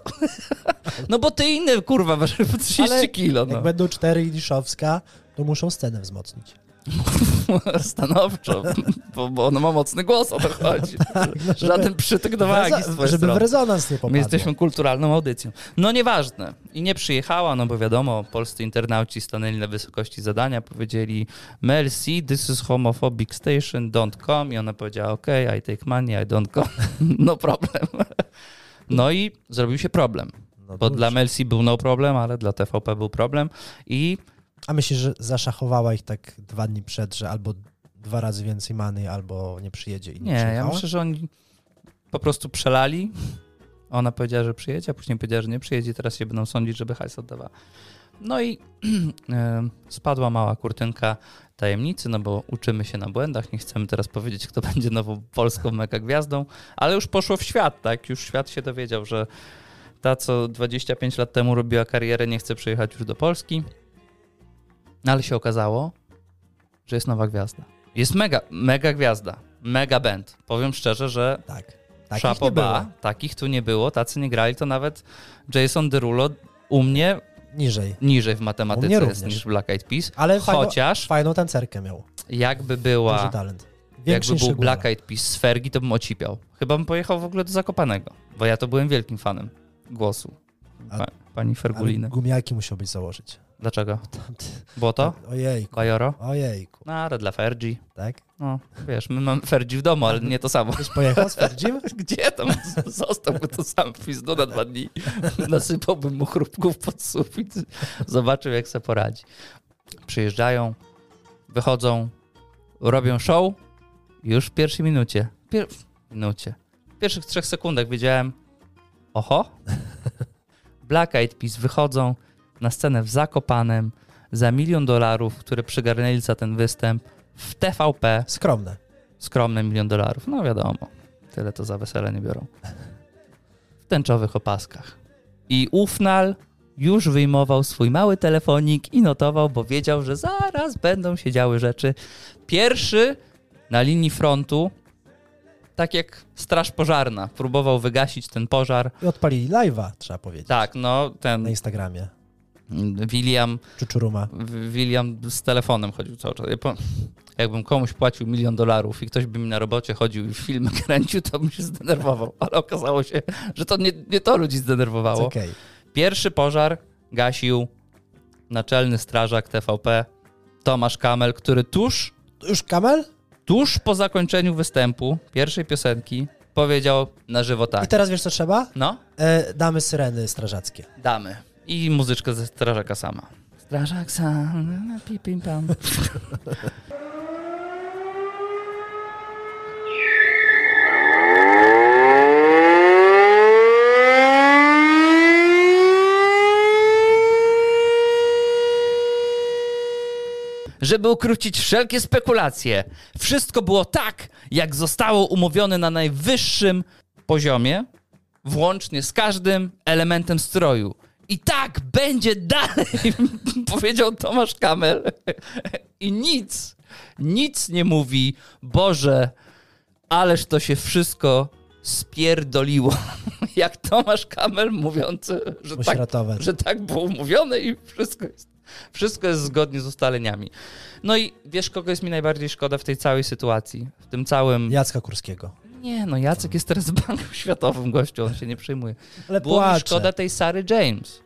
No bo ty inny, kurwa, masz 30
Ale
kilo, no.
Jak będą cztery i Liszowska, to muszą scenę wzmocnić.
Stanowczo, bo, bo ona ma mocny głos, o to chodzi.
Tak, żeby-
Żaden przytyk do wagi z
Żeby
twojej strony.
w rezonans nie
My
popadło.
jesteśmy kulturalną audycją. No nieważne. I nie przyjechała, no bo wiadomo, polscy internauci stanęli na wysokości zadania, powiedzieli Mel C, this is homophobic station, don't come. I ona powiedziała, ok, I take money, I don't come. No problem. No i zrobił się problem.
No
Bo
duży.
dla Mel C był no problem, ale dla TVP był problem. I
A myślisz, że zaszachowała ich tak dwa dni przed, że albo dwa razy więcej many, albo nie przyjedzie i
nie,
nie,
ja
przyjechała?
myślę, że oni po prostu przelali. Ona powiedziała, że przyjedzie, a później powiedziała, że nie przyjedzie. Teraz się będą sądzić, żeby hajs oddawała. No i em, spadła mała kurtynka tajemnicy, no bo uczymy się na błędach. Nie chcemy teraz powiedzieć, kto będzie nową polską mega gwiazdą, ale już poszło w świat, tak? Już świat się dowiedział, że Ta, co 25 lat temu robiła karierę, nie chce przyjechać już do Polski. No ale się okazało, że jest nowa gwiazda. Jest mega, mega gwiazda. Mega band. Powiem szczerze, że
Tak. Takich nie było.
Szapoba, takich tu nie było, tacy nie grali, to nawet Jason Derulo u mnie
Niżej.
niżej w
U mnie
matematyce jest
również.
niż Black Eyed Peas,
Ale fajno-
chociaż
Fajną tancerkę miał.
jakby
Duży
była,
talent. tak. Większy
jakby
niż
był
Szygula.
Black Eyed Peas z Fergie, to bym ocipiał. Chyba bym pojechał w ogóle do Zakopanego, bo ja to byłem wielkim fanem głosu
A-
pa, pani
Ale
Ferguliny.
gumiaki musiałbyś założyć.
Dlaczego?
Tam ty-
Bo to?
tak. Ojejku.
Bajoro?
Ojejku.
No, ale dla Fergie.
Tak?
No, wiesz, my mamy Fergie w domu, ale nie to samo.
Byś pojechał, stwierdził?
Gdzie tam? Zostałby to sam pizdu na dwa dni. Nasypałbym mu chrupków pod sufit. Zobaczył, jak se poradzi. Przyjeżdżają, wychodzą, robią show już w pierwszej minucie. Pier... minucie. W pierwszych trzech sekundach wiedziałem, oho, Black Eyed Peas wychodzą na scenę w Zakopanem za milion dolarów, które przygarnęli za ten występ w TVP
Skromne.
skromny milion dolarów. No wiadomo, tyle to za wesele nie biorą. W tęczowych opaskach. I Ufnal już wyjmował swój mały telefonik i notował, bo wiedział, że zaraz będą się działy rzeczy. Pierwszy na linii frontu, tak jak straż pożarna, próbował wygasić ten pożar.
I odpalili live'a, trzeba powiedzieć.
Tak, no
Na
ten
Instagramie.
William
Czuczuruma.
w- William z telefonem chodził cały czas. Ja po- Jakbym komuś płacił milion dolarów i ktoś by mi na robocie chodził i film kręcił, to bym się zdenerwował. Ale okazało się, że to nie, nie to ludzi
It's
zdenerwowało.
okay.
Pierwszy pożar gasił naczelny strażak TVP Tomasz Kamel, który tuż,
Już kamel?
tuż po zakończeniu występu pierwszej piosenki powiedział na żywo
I
tak.
teraz wiesz, co trzeba?
No,
E, damy syreny strażackie.
damy. I muzyczkę ze strażaka sama. Strażak sam, na pi, pim, pam. żeby ukrócić wszelkie spekulacje. Wszystko było tak, jak zostało umówione na najwyższym poziomie, włącznie z każdym elementem stroju. I tak będzie dalej, powiedział Tomasz Kamel. I nic, nic nie mówi, Boże, ależ to się wszystko spierdoliło. Jak Tomasz Kamel mówiący, że
Musi
tak
ratować.
że tak było umówione i wszystko jest, wszystko jest zgodnie z ustaleniami. No i wiesz, kogo jest mi najbardziej szkoda w tej całej sytuacji? W tym całym.
Jacka Kurskiego.
Nie, no Jacek jest teraz w Banku Światowym gościu, on się nie przejmuje.
Ale
Było mi
płacze.
szkoda tej Sary James.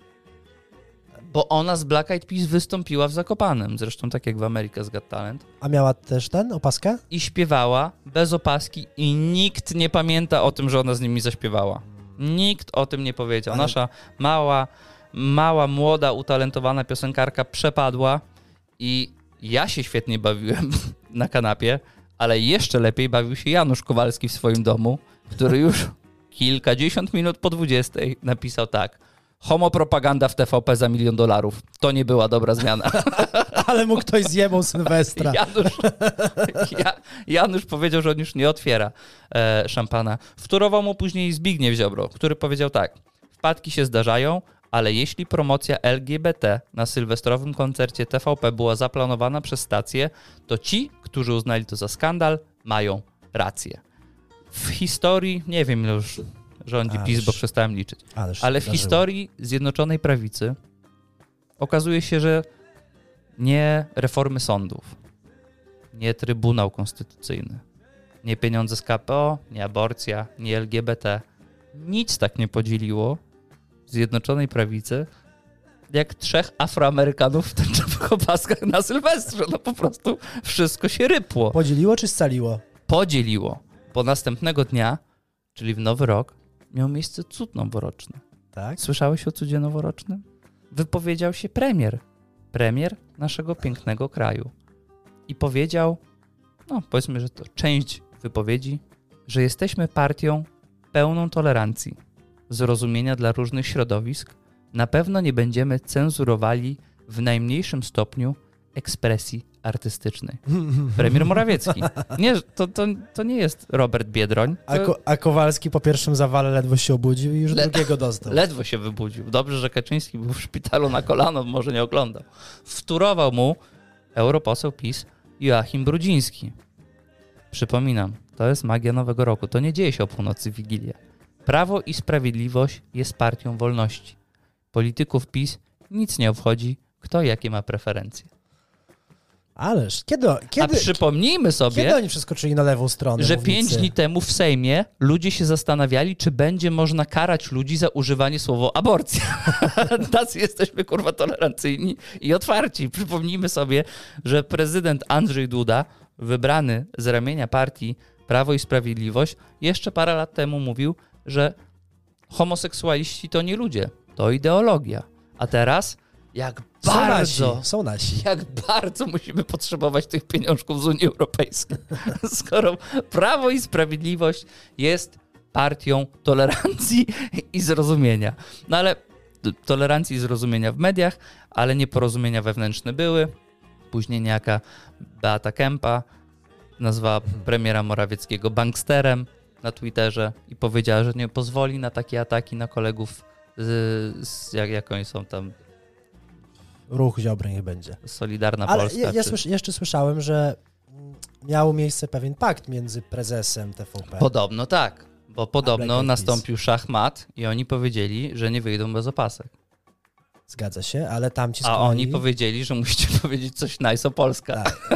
Bo ona z Black Eyed Peas wystąpiła w Zakopanem, zresztą tak jak w America's Got Talent,
A miała też ten, opaskę?
i śpiewała bez opaski i nikt nie pamięta o tym, że ona z nimi zaśpiewała. Nikt o tym nie powiedział.
Ale-
Nasza mała, mała, młoda, utalentowana piosenkarka przepadła i ja się świetnie bawiłem na kanapie, ale jeszcze lepiej bawił się Janusz Kowalski w swoim domu, który już kilkadziesiąt minut po 20 napisał tak. Homopropaganda w TVP za milion dolarów. To nie była dobra zmiana.
Ale mu ktoś zjebał Sylwestra.
Janusz, ja, Janusz powiedział, że on już nie otwiera e, szampana. Wtórował mu później Zbigniew Ziobro, który powiedział tak. Wpadki się zdarzają, ale jeśli promocja LGBT na sylwestrowym koncercie TVP była zaplanowana przez stację, to ci, którzy uznali to za skandal, mają rację. W historii, nie wiem ile już rządzi
Ależ.
PiS, bo przestałem liczyć.
Ależ
Ale w
zdarzyło.
historii Zjednoczonej Prawicy okazuje się, że nie reformy sądów, nie Trybunał Konstytucyjny, nie pieniądze z KPO, nie aborcja, nie LGBT. Nic tak nie podzieliło Zjednoczonej Prawicy jak trzech Afroamerykanów w tęczowych opaskach na Sylwestrze. No po prostu wszystko się rypło
Podzieliło czy scaliło?
podzieliło, bo następnego dnia, czyli w nowy rok, miał miejsce cud noworoczny.
Tak?
Słyszałeś o cudzie noworocznym? Wypowiedział się premier, premier naszego pięknego kraju. I powiedział, no powiedzmy, że to część wypowiedzi, że jesteśmy partią pełną tolerancji, zrozumienia dla różnych środowisk. Na pewno nie będziemy cenzurowali w najmniejszym stopniu ekspresji artystycznej. Premier Morawiecki. Nie, to, to, to nie jest Robert Biedroń.
A,
To
Ko- a Kowalski po pierwszym zawale ledwo się obudził i już
Le-
drugiego dostał.
ledwo się wybudził. Dobrze, że Kaczyński był w szpitalu na kolano, może nie oglądał. Wturował mu europoseł PiS Joachim Brudziński. Przypominam, to jest magia Nowego Roku. To nie dzieje się o północy w Wigilię. Prawo i Sprawiedliwość jest partią wolności. Polityków PiS nic nie obchodzi, kto jakie ma preferencje.
Ależ, kiedy,
A
kiedy,
przypomnijmy
kiedy
sobie,
oni przeskoczyli na lewą stronę
że
mównicy?
pięć dni temu w Sejmie ludzie się zastanawiali, czy będzie można karać ludzi za używanie słowa aborcja. Tacy jesteśmy kurwa tolerancyjni i otwarci. Przypomnijmy sobie, że prezydent Andrzej Duda, wybrany z ramienia partii Prawo i Sprawiedliwość, jeszcze parę lat temu mówił, że homoseksualiści to nie ludzie, to ideologia. A teraz, jak
Są
bardzo
nasi, są nasi.
Tak jak bardzo musimy potrzebować tych pieniążków z Unii Europejskiej, skoro Prawo i Sprawiedliwość jest partią tolerancji i zrozumienia. No ale t- tolerancji i zrozumienia w mediach, ale nieporozumienia wewnętrzne były. Później niejaka Beata Kempa nazwała premiera Morawieckiego banksterem na Twitterze i powiedziała, że nie pozwoli na takie ataki na kolegów, z, z, jak, jak oni są tam,
Ruch Ziobry niech będzie.
Solidarna
Ale
Polska.
ja, ja
czy-
słysz, jeszcze słyszałem, że mm, miał miejsce pewien pakt między prezesem TVP.
Podobno tak, bo
Black
podobno
Eyed
nastąpił szachmat i oni powiedzieli, że nie wyjdą bez opasek.
Zgadza się, ale tam ci z
A
kolei-
oni powiedzieli, że musicie powiedzieć coś nice o Polska.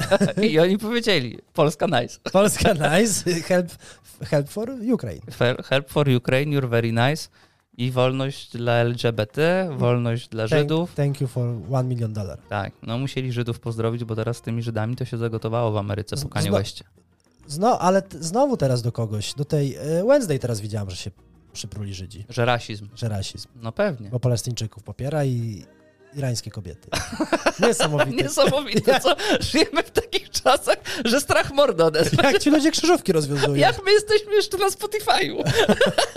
Tak.
I oni powiedzieli, Polska nice.
Polska nice, help, help for Ukraine.
Fel- Help for Ukraine, you're very nice. I wolność dla LGBT, wolność dla
Thank,
Żydów.
thank you for one million dollar.
Tak, no musieli Żydów pozdrowić, bo teraz z tymi Żydami to się zagotowało w Ameryce po
Z-
Kanye
zna-
Westie.
Zno, ale t- znowu teraz do kogoś, do tej e, Wednesday teraz widziałam, że się przypruli Żydzi,
Że rasizm.
że rasizm,
No pewnie.
bo Palestyńczyków popiera i irańskie kobiety. Niesamowite.
Niesamowite, co żyjemy w takich czasach, że strach mordo odezwa.
Jak ci ludzie krzyżówki rozwiązują.
Jak my jesteśmy jeszcze na Spotify'u,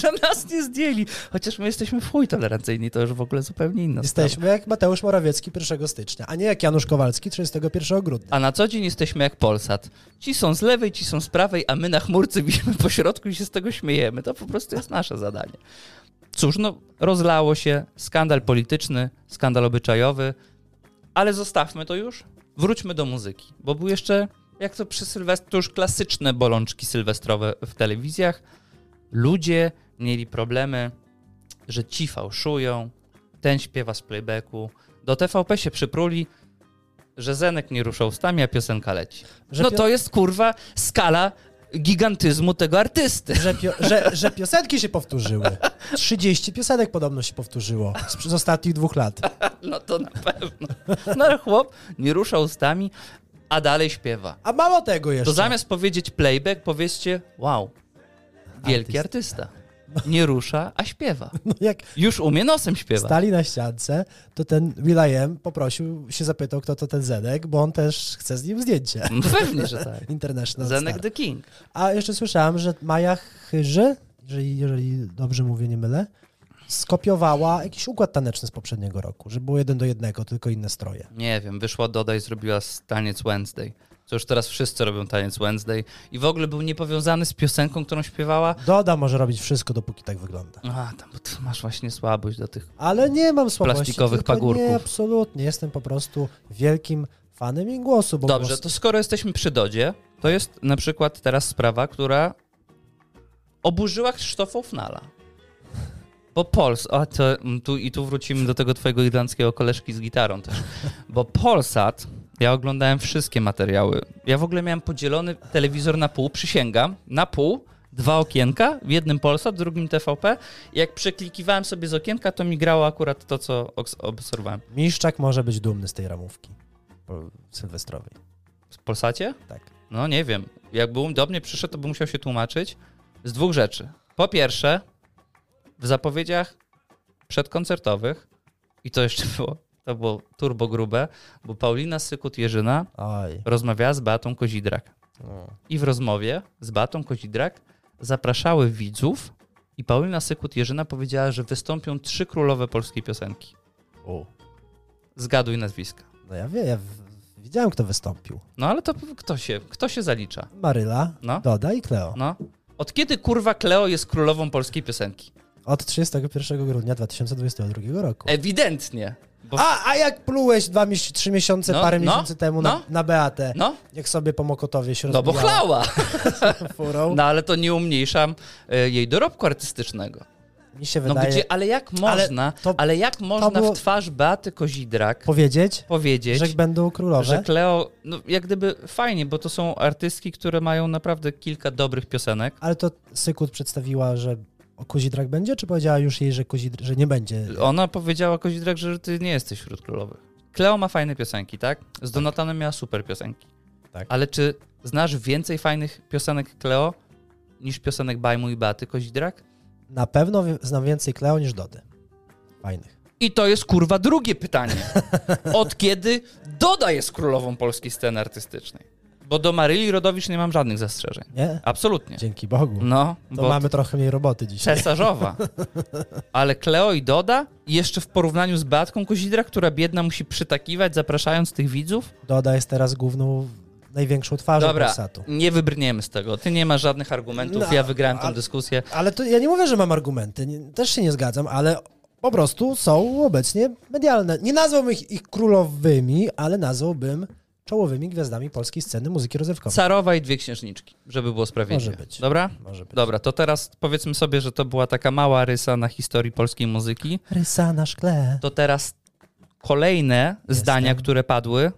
że nas nie zdjęli. Chociaż my jesteśmy w chuj tolerancyjni, to już w ogóle zupełnie inna sprawa.
Jesteśmy jak Mateusz Morawiecki 1 stycznia, a nie jak Janusz Kowalski 31 grudnia.
A na co dzień jesteśmy jak Polsat. Ci są z lewej, ci są z prawej, a my na chmurce bijemy po środku i się z tego śmiejemy. To po prostu jest nasze zadanie. Cóż, no rozlało się skandal polityczny, skandal obyczajowy, ale zostawmy to już. Wróćmy do muzyki, bo był jeszcze, jak to przy Sylwestrze, to już klasyczne bolączki sylwestrowe w telewizjach. Ludzie mieli problemy, że ci fałszują, ten śpiewa z playbacku. Do TVP się przypruli, że Zenek nie ruszał ustami, a piosenka leci.
Że
no
pio-
to jest kurwa skala gigantyzmu tego artysty.
Że, pio, że, że piosenki się powtórzyły. 30 piosenek podobno się powtórzyło z, z ostatnich dwóch lat.
No to na pewno. No ale chłop nie rusza ustami, a dalej śpiewa.
A mało tego jeszcze.
To zamiast powiedzieć playback, powiedzcie wow, wielki artysta. Nie rusza, a śpiewa.
No jak
Już umie nosem śpiewa.
stali na ściance, to ten Will.i.am poprosił, się zapytał, kto to ten Zenek, bo on też chce z nim zdjęcie.
No pewnie, że tak.
International
Zenek
Zenek
the King.
A jeszcze słyszałem, że Maja Chyży, jeżeli, jeżeli dobrze mówię, nie mylę, skopiowała jakiś układ taneczny z poprzedniego roku, że było jeden do jednego, tylko inne stroje.
Nie wiem, wyszła Doda i zrobiła s- taniec Wednesday. Co już teraz wszyscy robią taniec Wednesday. I w ogóle był niepowiązany z piosenką, którą śpiewała.
Doda może robić wszystko, dopóki tak wygląda.
A, tam bo ty masz właśnie słabość do tych.
Ale nie mam słabości.
Plastikowych
tylko
pagórków.
Nie, absolutnie. Jestem po prostu wielkim fanem jej głosu. Bo
Dobrze,
głos...
to skoro jesteśmy przy Dodzie, to jest na przykład teraz sprawa, która oburzyła Krzysztofa Ufnala. Bo Pols... O, to, mm, tu, I tu wrócimy do tego twojego irlandzkiego koleżki z gitarą też. Bo Polsat, ja oglądałem wszystkie materiały. Ja w ogóle miałem podzielony telewizor na pół, przysięgam, na pół, dwa okienka, w jednym Polsat, w drugim TVP. I jak przeklikiwałem sobie z okienka, to mi grało akurat to, co obs- obserwowałem.
Miszczak może być dumny z tej ramówki po- sylwestrowej.
W Polsacie?
Tak.
No nie wiem. Jakby um- do mnie przyszedł, to bym musiał się tłumaczyć z dwóch rzeczy. Po pierwsze, w zapowiedziach przedkoncertowych, i to jeszcze było, to było turbo grube, bo Paulina Sykut-Jerzyna
Oj.
rozmawiała z Beatą Kozidrak. I w rozmowie z Beatą Kozidrak zapraszały widzów i Paulina Sykut-Jerzyna powiedziała, że wystąpią trzy królowe polskiej piosenki.
U.
Zgaduj nazwiska.
No ja wiem, ja w- widziałem, kto wystąpił.
No ale to p- kto się, kto się zalicza?
Maryla,
No.
Doda i Kleo.
No. Od kiedy kurwa Kleo jest królową polskiej piosenki?
Od 31 grudnia 2022 roku.
Ewidentnie. Bo...
A, a jak plułeś dwa, miś- trzy miesiące,
No,
parę
no,
miesięcy temu na,
no.
na Beatę,
No,
jak sobie po Mokotowie się
no bo
rozbijała
chlała.
furą,
No ale to nie umniejszam e, jej dorobku artystycznego.
mi się
No
wydaje
gdzie, ale jak
Ale
można, ale,
to-
jak można
było-
w twarz Beaty Kozidrak
powiedzieć,
powiedzieć,
że będą królowe.
że Kleo, no jak gdyby fajnie, bo to są artystki, które mają naprawdę kilka dobrych piosenek.
Ale to Sykut przedstawiła, że o Kuzidrak będzie, czy powiedziała już jej, że, Kuzidr- że nie będzie?
Ona powiedziała Kozidrak, że ty nie jesteś wśród królowych. Kleo ma fajne piosenki, tak? Z Donatanem miała super piosenki.
Tak.
Ale czy znasz więcej fajnych piosenek Kleo niż piosenek Bajmu i Beaty Kozidrak?
Na pewno wi- znam więcej Kleo niż Dody. Fajnych.
I to jest kurwa drugie pytanie. Od kiedy Doda jest królową polskiej sceny artystycznej? Bo do Maryli Rodowicz nie mam żadnych zastrzeżeń.
Nie?
Absolutnie.
Dzięki Bogu.
No,
To
bo
mamy trochę mniej roboty dzisiaj.
cesarzowa. Ale Kleo i Doda jeszcze w porównaniu z Beatką Kozidra, która biedna musi przytakiwać, zapraszając tych widzów.
Doda jest teraz główną, największą twarzą
Dobra,
Polsatu.
nie wybrniemy z tego. Ty nie masz żadnych argumentów,
No,
ja wygrałem tę
ale-
dyskusję.
Ale to ja nie mówię, że mam argumenty, nie, też się nie zgadzam, ale po prostu są obecnie medialne. Nie nazwałbym ich, ich królowymi, ale nazwałbym czołowymi gwiazdami polskiej sceny muzyki rozrywkowej.
Carowa i dwie księżniczki, żeby było sprawiedliwie.
Może być.
Dobra?
Może być.
Dobra, to teraz powiedzmy sobie, że to była taka mała rysa na historii polskiej muzyki.
Rysa na szkle.
To teraz kolejne zdania, które padły,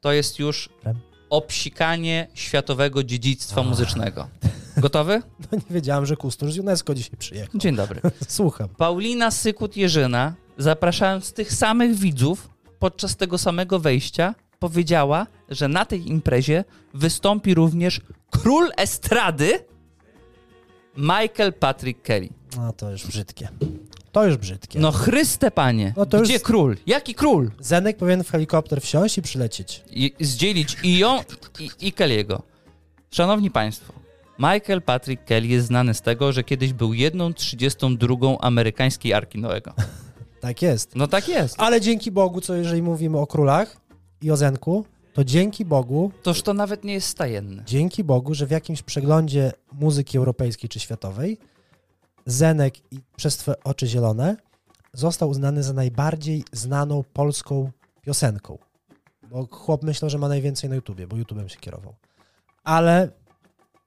to jest już
Prem.
obsikanie światowego dziedzictwa muzycznego. Gotowy?
No nie wiedziałem, że Kustusz z UNESCO dzisiaj przyjechał.
No, Dzień dobry.
Słucham.
Paulina Sykut-Jerzyna, zapraszając tych samych widzów podczas tego samego wejścia, powiedziała, że na tej imprezie wystąpi również król estrady Michael Patrick Kelly.
No to już brzydkie. To już brzydkie.
No chryste panie,
No to już-
gdzie król? Jaki król?
Zenek powinien w helikopter wsiąść i przylecieć.
I, zdzielić i ją, i, i Kelly'ego. Szanowni Państwo, Michael Patrick Kelly jest znany z tego, że kiedyś był jedną 32 amerykańskiej Arki Noego.
Tak jest.
No tak jest.
Ale dzięki Bogu, co jeżeli mówimy o królach i o Zenku, to dzięki Bogu,
Toż to nawet nie jest stajenny.
dzięki Bogu, że w jakimś przeglądzie muzyki europejskiej czy światowej Zenek i Przez Twe Oczy Zielone został uznany za najbardziej znaną polską piosenką. Bo chłop myślał, że ma najwięcej na YouTubie, bo YouTubem się kierował. Ale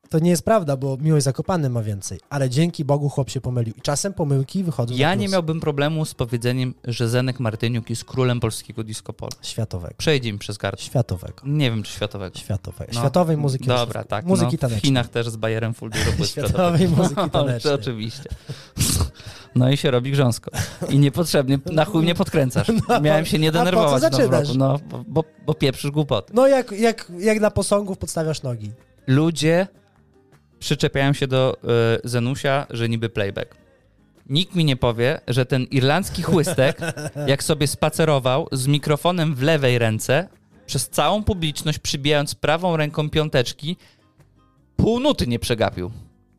to nie jest prawda, bo Miłość Zakopany ma więcej. Ale dzięki Bogu chłop się pomylił. I czasem pomyłki wychodzą na
Ja nie
plus.
miałbym problemu z powiedzeniem, że Zenek Martyniuk jest królem polskiego disco polo.
Światowego.
Przejdzie mi przez kartę.
Światowego.
Nie wiem, czy światowego.
Światowej.
No.
Światowej muzyki
Dobra,
rozrywkowej.
tak.
Muzyki
no, w
tanecznej.
Chinach też z Bayerem full dużo było
Światowej muzyki
No,
tanecznej.
oczywiście. No i się robi grząsko. I niepotrzebnie, na chuj mnie podkręcasz. Miałem się nie
No, a po co
denerwować na
zaczynasz?
roku, no, bo, bo, bo pieprzysz głupoty.
No jak, jak, jak dla posągów podstawiasz nogi.
Ludzie przyczepiają się do y, Zenusia, że niby playback. Nikt mi nie powie, że ten irlandzki chłystek, jak sobie spacerował z mikrofonem w lewej ręce, przez całą publiczność przybijając prawą ręką piąteczki, pół nuty nie przegapił.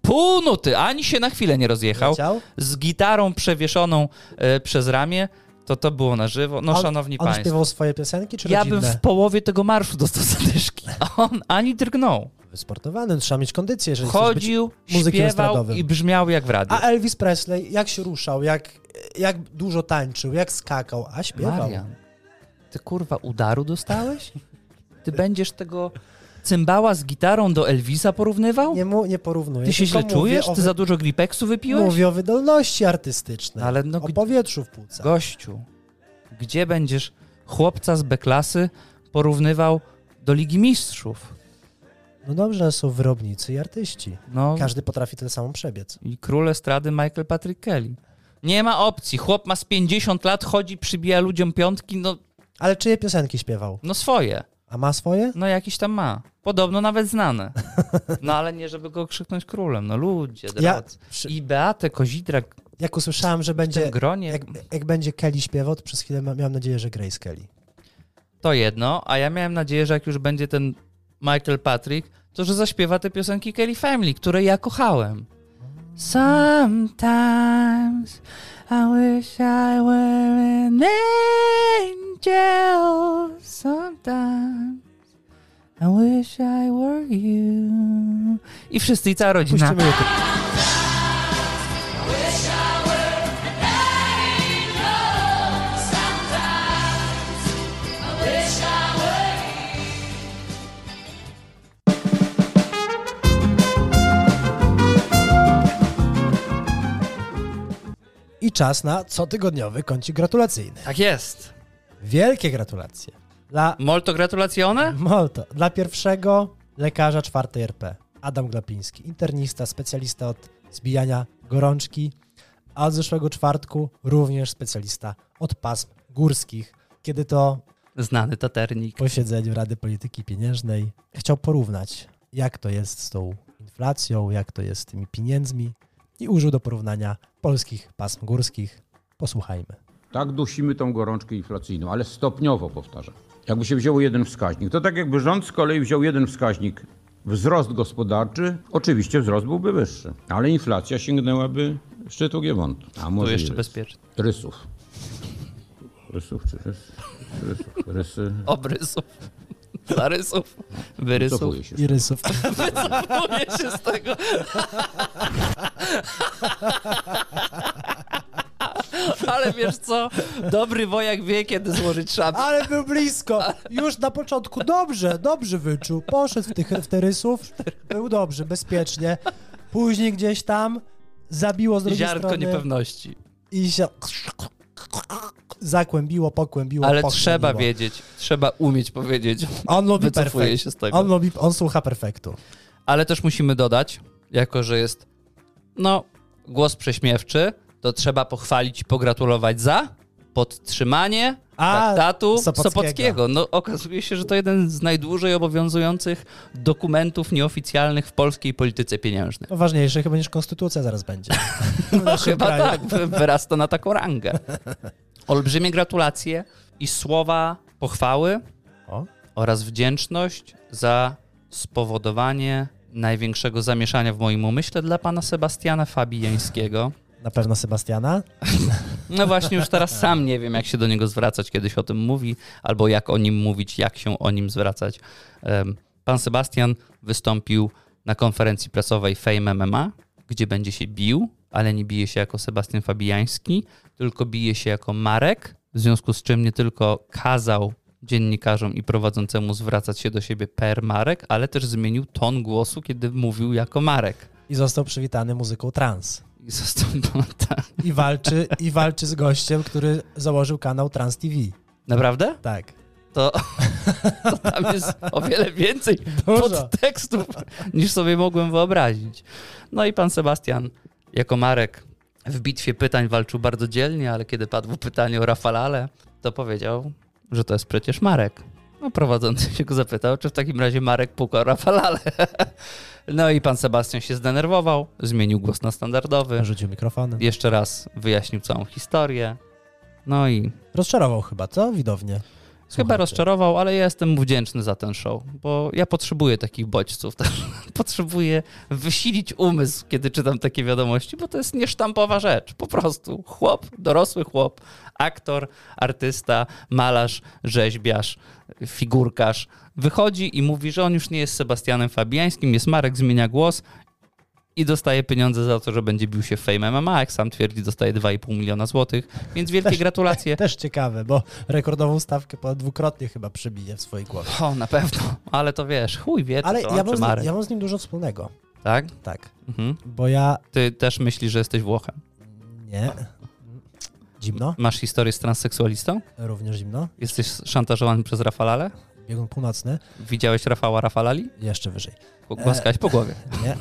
Pół nuty, ani się na chwilę nie rozjechał.
Leciał?
Z gitarą przewieszoną e, przez ramię, to to było na żywo. No,
On-
szanowni
On
państwo,
śpiewał swoje piosenki, czy
ja bym
rodzinne?
w połowie tego marszu dostał zadyszki, a on ani drgnął.
Wysportowany, trzeba mieć kondycję, jeżeli chcesz być...
Chodził,
muzykiem
śpiewał
estradowym.
i brzmiał jak w radiu.
A e, Elvis Presley, jak się ruszał, jak, jak dużo tańczył, jak skakał, a śpiewał.
Marian, ty kurwa udaru dostałeś? Ty będziesz tego cymbała z gitarą do Elvisa porównywał?
Nie, mu, nie porównuję.
Ty się źle
tylko mówię
czujesz?
O,
Ty za dużo glipeksu wypiłeś?
Mówię o wydolności artystycznej,
Ale no
o
gdzie-
powietrzu w płucach.
Gościu, gdzie będziesz chłopca z B-klasy porównywał do Ligi Mistrzów?
No dobrze, ale są wyrobnicy i artyści.
No
Każdy potrafi tyle samo przebiec.
i król estrady Michael Patrick Kelly. Nie ma opcji. Chłop ma z 50 lat, chodzi, przybija ludziom piątki, no,
Ale czyje piosenki śpiewał?
no swoje.
A ma swoje?
No jakiś tam ma. Podobno nawet znane. No ale nie, żeby go krzyknąć królem. No ludzie,
Ja,
drodzy.
przy,
I Beatę Kozidrak
jak usłyszałem, że
w tym
będzie
gronie,
Jak, jak będzie Kelly śpiewał, to przez chwilę ma- miałem nadzieję, że Grace Kelly.
to jedno. A ja miałem nadzieję, że jak już będzie ten Michael Patrick, to że zaśpiewa te piosenki Kelly Family, które ja kochałem. Sometimes I wish I were an angel. Sometimes I wish I were you. I wszyscy, i cała rodzina.
Puścimy YouTube. I czas na cotygodniowy kącik gratulacyjny.
Tak jest.
Wielkie gratulacje dla
Molto gratulacjone.
Molto, dla pierwszego lekarza czwartej RP, Adam Glapiński, internista, specjalista od zbijania gorączki, a od zeszłego czwartku również specjalista od pasm górskich, kiedy to
Znany taternik.
posiedzeniu Rady Polityki Pieniężnej chciał porównać, jak to jest z tą inflacją, jak to jest z tymi pieniędzmi i użył do porównania polskich pasm górskich. Posłuchajmy.
Tak dusimy tą gorączkę inflacyjną, ale stopniowo powtarzam. Jakby się wzięło jeden wskaźnik, to tak jakby rząd z kolei wziął jeden wskaźnik, wzrost gospodarczy, oczywiście wzrost byłby wyższy, ale inflacja sięgnęłaby szczytu Giewontu. A
Tu
może
jeszcze
i
bezpieczny.
rysów. Rysów czy rys? Rysów. Rysy.
Obrysów. Zarysów. Wyrysów.
Cofuję się.
I rysów.
Boję się z tego. Ale wiesz co? Dobry wojak wie, kiedy złożyć szapkę.
Ale był blisko. Już na początku dobrze, dobrze wyczuł. Poszedł w, tych, w te rysów. Był dobrze, bezpiecznie. Później gdzieś tam zabiło z drugiej
Ziarnko
strony
niepewności.
i się zakłębiło, pokłębiło.
Ale
pokłębiło.
trzeba wiedzieć, trzeba umieć powiedzieć.
On lubi
Wycofuję
perfekt.
się z tego.
On, lubi, on słucha perfektu.
Ale też musimy dodać, jako że jest no głos prześmiewczy, to trzeba pochwalić i pogratulować za podtrzymanie
A,
traktatu
Sopockiego.
Sopockiego. No okazuje się, że to jeden z najdłużej obowiązujących dokumentów nieoficjalnych w polskiej polityce pieniężnej.
No ważniejsze chyba niż konstytucja zaraz będzie. W naszym
Chyba
kraju.
tak, wy- wyrasta na taką rangę. Olbrzymie gratulacje i słowa pochwały
O.
oraz wdzięczność za spowodowanie największego zamieszania w moim umyśle dla pana Sebastiana Fabijańskiego.
Na pewno Sebastiana.
No właśnie, już teraz sam nie wiem, jak się do niego zwracać, kiedy się o tym mówi, albo jak o nim mówić, jak się o nim zwracać. Em, Pan Sebastian wystąpił na konferencji prasowej Fame MMA, gdzie będzie się bił, ale nie bije się jako Sebastian Fabijański, tylko bije się jako Marek, w związku z czym nie tylko kazał dziennikarzom i prowadzącemu zwracać się do siebie per Marek, ale też zmienił ton głosu, kiedy mówił jako Marek.
I został przywitany muzyką trans.
I został tak.
I walczy, I walczy z gościem, który założył kanał Trans TV.
Naprawdę?
Tak.
to, to tam jest o wiele więcej
Dużo.
podtekstów niż sobie mogłem wyobrazić. No i pan Sebastian jako Marek w bitwie pytań walczył bardzo dzielnie, ale kiedy padło pytanie o Rafalale, to powiedział, że to jest przecież Marek. No prowadzący się go zapytał, czy w takim razie Marek puka Rafalale. No i pan Sebastian się zdenerwował, zmienił głos na standardowy,
Rzucił mikrofonem.
jeszcze raz wyjaśnił całą historię. No i
Rozczarował chyba, co? Widownie.
Chyba
Słuchacie.
rozczarował, ale ja jestem mu wdzięczny za ten show, bo ja potrzebuję takich bodźców. Też. Potrzebuję wysilić umysł, kiedy czytam takie wiadomości, bo to jest niesztampowa rzecz. Po prostu chłop, dorosły chłop, aktor, artysta, malarz, rzeźbiarz, figurkarz wychodzi i mówi, że on już nie jest Sebastianem Fabiańskim, jest Marek, zmienia głos i dostaje pieniądze za to, że będzie bił się w Fame MMA, jak sam twierdzi, dostaje 2,5 miliona złotych, więc wielkie gratulacje.
Też ciekawe, bo rekordową stawkę ponad dwukrotnie chyba przebije w swojej głowie.
O, na pewno, ale to wiesz, chuj wie,
Ale
co
ja mam,
czy
z nim,
Marek,
ja mam z nim dużo wspólnego.
tak?
Tak.
Mhm.
Bo ja...
Ty też myślisz, że jesteś Włochem.
Nie. Zimno?
Masz historię z transseksualistą?
Również zimno.
Jesteś szantażowany przez Rafalale?
Biegun północny.
Widziałeś Rafała Rafalali?
Jeszcze wyżej.
Głaskałeś po głowie,
Nie?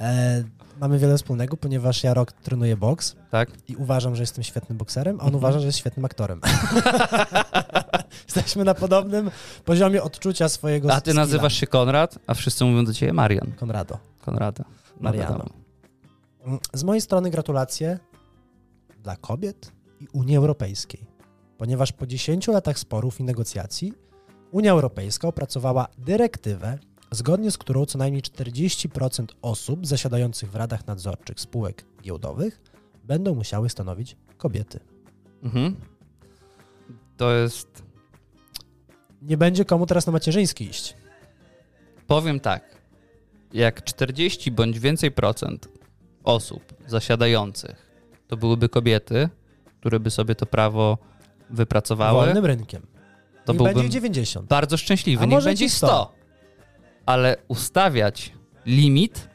E, mamy wiele wspólnego, ponieważ ja rok trenuję boks
tak?
i uważam, że jestem świetnym bokserem,
Mhm.
a on uważa, że jest świetnym aktorem. Jesteśmy na podobnym poziomie odczucia swojego
A ty
skilla.
nazywasz się Konrad, a wszyscy mówią do ciebie Marian.
Konrado.
Konrada. No
Mariano.
wiadomo.
Mm, Z mojej strony gratulacje dla kobiet i Unii Europejskiej, ponieważ po 10 latach sporów i negocjacji Unia Europejska opracowała dyrektywę zgodnie z którą co najmniej 40% osób zasiadających w radach nadzorczych spółek giełdowych będą musiały stanowić kobiety.
Mhm. To jest.
Nie będzie komu teraz na macierzyński iść.
Powiem tak. Jak 40 bądź więcej procent osób zasiadających to byłyby kobiety, które by sobie to prawo wypracowały,
Wolnym rynkiem.
to
Niech
byłbym
będzie 90.
bardzo szczęśliwy.
A
Niech
może
będzie
ci
100.
100.
Ale ustawiać limit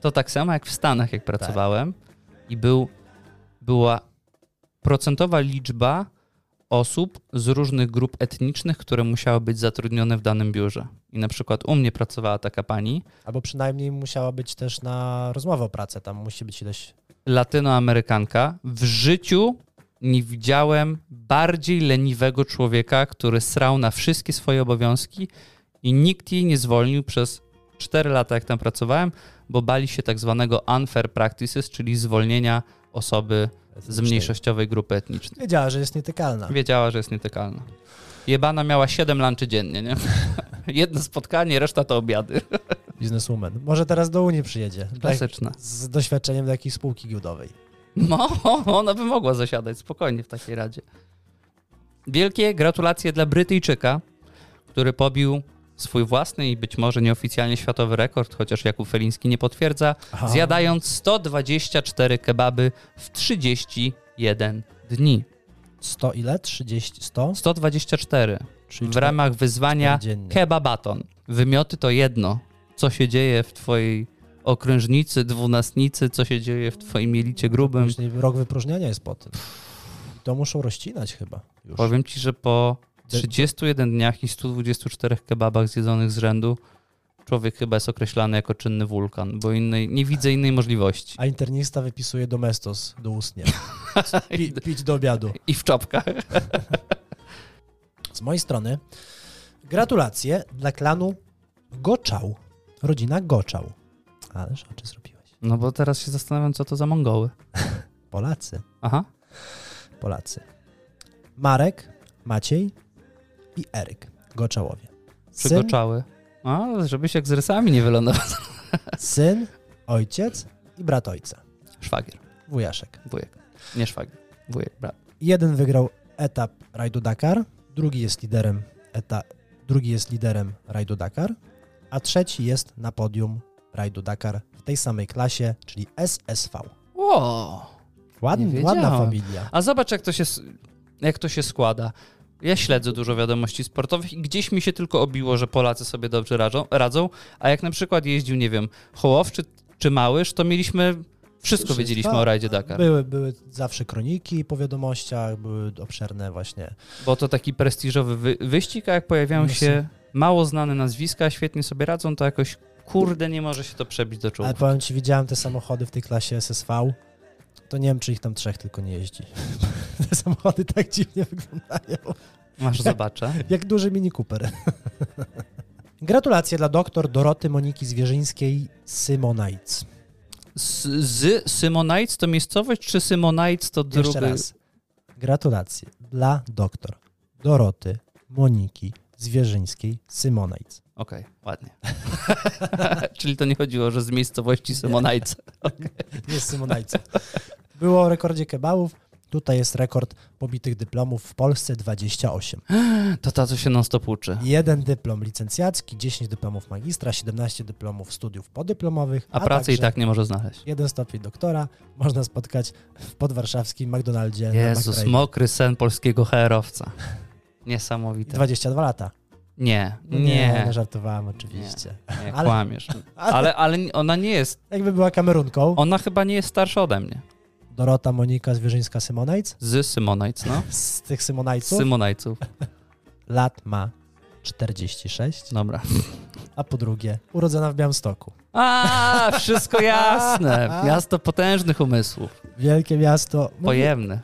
to tak samo jak w Stanach, jak pracowałem i był, była procentowa liczba osób z różnych grup etnicznych, które musiały być zatrudnione w danym biurze. I na przykład u mnie pracowała taka pani,
Albo przynajmniej musiała być też na rozmowę o pracę. Tam musi być ileś.
latynoamerykanka. W życiu nie widziałem bardziej leniwego człowieka, który srał na wszystkie swoje obowiązki i nikt jej nie zwolnił przez 4 lata, jak tam pracowałem, bo bali się tak zwanego unfair practices, czyli zwolnienia osoby z mniejszościowej grupy etnicznej.
Wiedziała, że jest nietykalna.
Wiedziała, że jest nietykalna. Jebana miała 7 lunchy dziennie, nie? Jedno spotkanie, reszta to obiady.
Bizneswoman. Może teraz do Unii przyjedzie. Tak,
Klasyczne.
z doświadczeniem do jakiejś spółki giełdowej.
No, ona by mogła zasiadać spokojnie w takiej radzie. Wielkie gratulacje dla Brytyjczyka, który pobił swój własny i być może nieoficjalnie światowy rekord, chociaż Jakub Feliński nie potwierdza,
Aha.
zjadając 124 kebaby w 31 dni.
100 ile? 30? 100?
124
Czyli
w
czter-
ramach wyzwania
cztery dziennie.
kebabaton. Wymioty to jedno. Co się dzieje w twojej okrężnicy, dwunastnicy, co się dzieje w twoim jelicie grubym.
Później rok wypróżniania jest po tym. I to muszą rozcinać chyba. Już.
Powiem ci, że po
Ty-
31 dniach i 124 kebabach zjedzonych z rzędu człowiek chyba jest określany jako czynny wulkan, bo innej, nie widzę innej możliwości.
A internista wypisuje domestos do ustnie. Pi, pić do obiadu.
I w czopkach.
Z mojej strony gratulacje dla klanu Goczał. Rodzina Goczał. Ależ oczy zrobiłeś.
No bo teraz się zastanawiam, co to za Mongoły.
Polacy,
Aha.
Polacy. Marek, Maciej i Eryk. Goczałowie. Syn,
Przygoczały. A, żebyś jak z rysami nie wylądował.
syn, ojciec i brat ojca.
Szwagier.
Wujaszek.
Wujek. Nie szwagier. Wujek, brat.
Jeden wygrał etap rajdu Dakar, drugi jest liderem eta, drugi jest liderem rajdu Dakar, a trzeci jest na podium rajdu Dakar w tej samej klasie, czyli SSV.
Wow. Nie
Ładn,
wiedziałem.
ładna familia.
A zobacz, jak to się, s- jak to się składa. Ja śledzę dużo wiadomości sportowych i gdzieś mi się tylko obiło, że Polacy sobie dobrze radzą, radzą a jak na przykład jeździł, nie wiem, Hołow czy, czy Małysz, to mieliśmy, wszystko wiedzieliśmy
tak.
o rajdzie Dakar,
Były, były zawsze kroniki po wiadomościach, były obszerne właśnie.
bo to taki prestiżowy wy, wyścig, a jak pojawiają
Jasne.
się mało znane nazwiska, świetnie sobie radzą, to jakoś, kurde, nie może się to przebić do
Ale
czołów.
powiem Ci, widziałem te samochody w tej klasie SSV, to nie wiem, czy ich tam trzech tylko nie jeździ. te samochody tak dziwnie wyglądają.
Masz, zobaczę.
Jak duży Mini Cooper. Gratulacje dla doktor Doroty Moniki Zwierzyńskiej Symonajc.
Z, z Symonajc to miejscowość, czy Symonajc to drugi?
Jeszcze raz. Gratulacje dla doktor Doroty Moniki Zwierzyńskiej Symonajc.
Okej, ładnie. Czyli to nie chodziło, że z miejscowości Symonajce.
Nie Symonajca. Było o rekordzie kebabów. Tutaj jest rekord pobitych dyplomów w Polsce 28.
To ta, co się non-stop uczy.
Jeden dyplom licencjacki, 10 dyplomów magistra, 17 dyplomów studiów podyplomowych.
A, pracy i
także
tak nie może znaleźć.
jeden stopień doktora można spotkać w podwarszawskim McDonaldzie. na
Jezus,
McRae.
mokry sen polskiego HR-owca. Niesamowite.
22 lata.
Nie, nie,
no
nie,
żartowałem oczywiście. ale-
kłamiesz.
ale-
Ale, ale ona nie jest,
Jakby była kamerunką,
ona chyba nie jest starsza ode mnie.
Dorota Monika Zwierzyńska-Symonajc,
Z Symonajc, no.
z tych
Z
Symonajców,
Symonajców.
lat ma 46,
Dobra.
a po drugie urodzona w Białymstoku.
A, wszystko jasne. Miasto potężnych umysłów.
Wielkie miasto. Mówi,
Pojemne.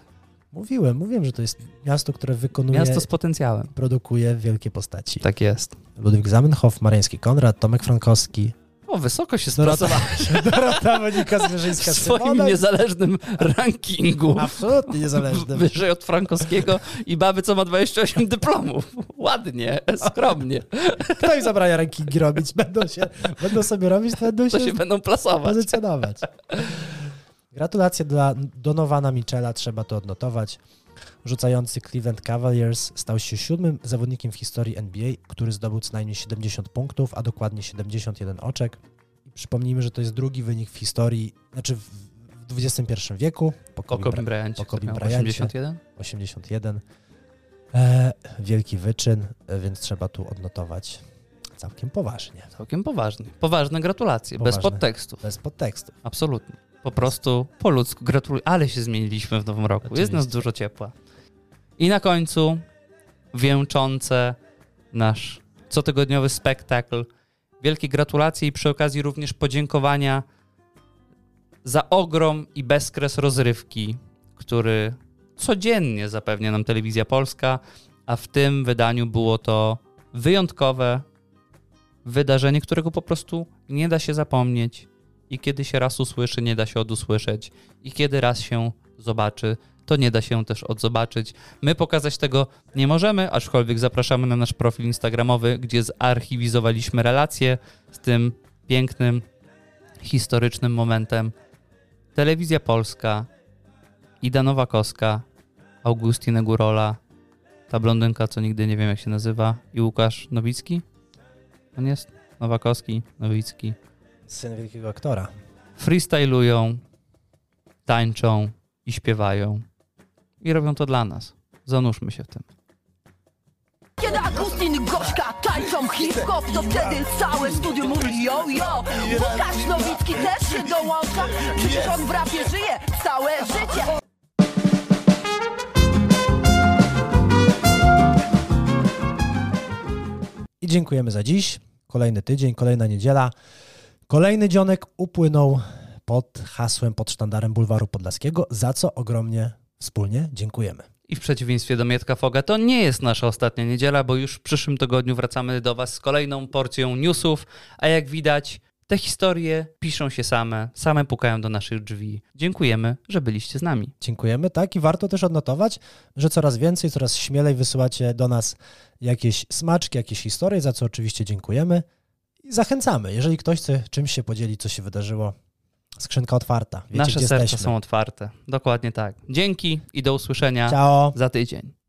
mówiłem, mówiłem, że to jest miasto, które wykonuje,
Miasto z potencjałem.
produkuje wielkie postaci.
Tak jest.
Ludwik Zamenhof, Mariański Konrad, Tomek Frankowski,
O, wysoko się
Dorota,
spracowała
Dorota Monika
w
Zwierzyńska.
swoim
Symonek,
niezależnym rankingu.
Absolutnie niezależny.
Wyżej od Frankowskiego i baby, co ma 28 dyplomów. Ładnie, skromnie.
Kto im zabrania rankingi robić? Będą, się, będą sobie robić, to będą
To
się
się będą plasować.
pozycjonować. Gratulacje dla Donowana Michela, trzeba to odnotować. Rzucający Cleveland Cavaliers stał się siódmym zawodnikiem w historii NBA, który zdobył co najmniej 70 punktów, a dokładnie 71 oczek. I przypomnijmy, że to jest drugi wynik w historii, znaczy w w XXI wieku, po
O
Kobe,
Kobe
Bry-
Bryancie.
o Kobe
który miał
Bryancie.
81?
81. E, wielki wyczyn, e, więc trzeba tu odnotować całkiem poważnie,
Całkiem poważnie. Poważne gratulacje, bez
Poważne.
podtekstów.
bez podtekstu.
Absolutnie. Po prostu po ludzku gratuluję, ale się zmieniliśmy w nowym roku. Jest
Oczywiście.
nas dużo ciepła. I na końcu wieńczące nasz cotygodniowy spektakl. Wielkie gratulacje i przy okazji również podziękowania za ogrom i bezkres rozrywki, który codziennie zapewnia nam Telewizja Polska, a w tym wydaniu było to wyjątkowe wydarzenie, którego po prostu nie da się zapomnieć i kiedy się raz usłyszy, nie da się odusłyszeć, i kiedy raz się zobaczy, to nie da się też odzobaczyć. My pokazać tego nie możemy, aczkolwiek zapraszamy na nasz profil Instagramowy, gdzie zarchiwizowaliśmy relacje z tym pięknym, historycznym momentem. Telewizja Polska, Ida Nowakowska, Augustin Górola, ta blondynka, co nigdy nie wiem jak się nazywa, i Łukasz Nowicki? On jest? Nowakowski, Nowicki
Syn wielkiego aktora.
freestylują, tańczą i śpiewają. I robią to dla nas. Zanurzmy się w tym.
Kiedy Agustin Gośka tańczą hip-hop, to wtedy całe studio mówi yo yo. Łukasz Nowicki też się dołącza, przecież on w rapie żyje całe życie.
I dziękujemy za dziś. Kolejny tydzień, kolejna niedziela. Kolejny dzionek upłynął pod hasłem, pod sztandarem Bulwaru Podlaskiego, za co ogromnie wspólnie dziękujemy.
I w przeciwieństwie do Mietka Foga, to nie jest nasza ostatnia niedziela, bo już w przyszłym tygodniu wracamy do Was z kolejną porcją newsów, a jak widać, te historie piszą się same, same pukają do naszych drzwi. Dziękujemy, że byliście z nami.
Dziękujemy, tak? I warto też odnotować, że coraz więcej, coraz śmielej wysyłacie do nas jakieś smaczki, jakieś historie, za co oczywiście dziękujemy i zachęcamy. Jeżeli ktoś chce czymś się podzielić, co się wydarzyło, skrzynka otwarta. Wiecie,
Nasze
gdzie
serca
jesteśmy.
są otwarte. Dokładnie tak. Dzięki i do usłyszenia
Ciao.
za tydzień.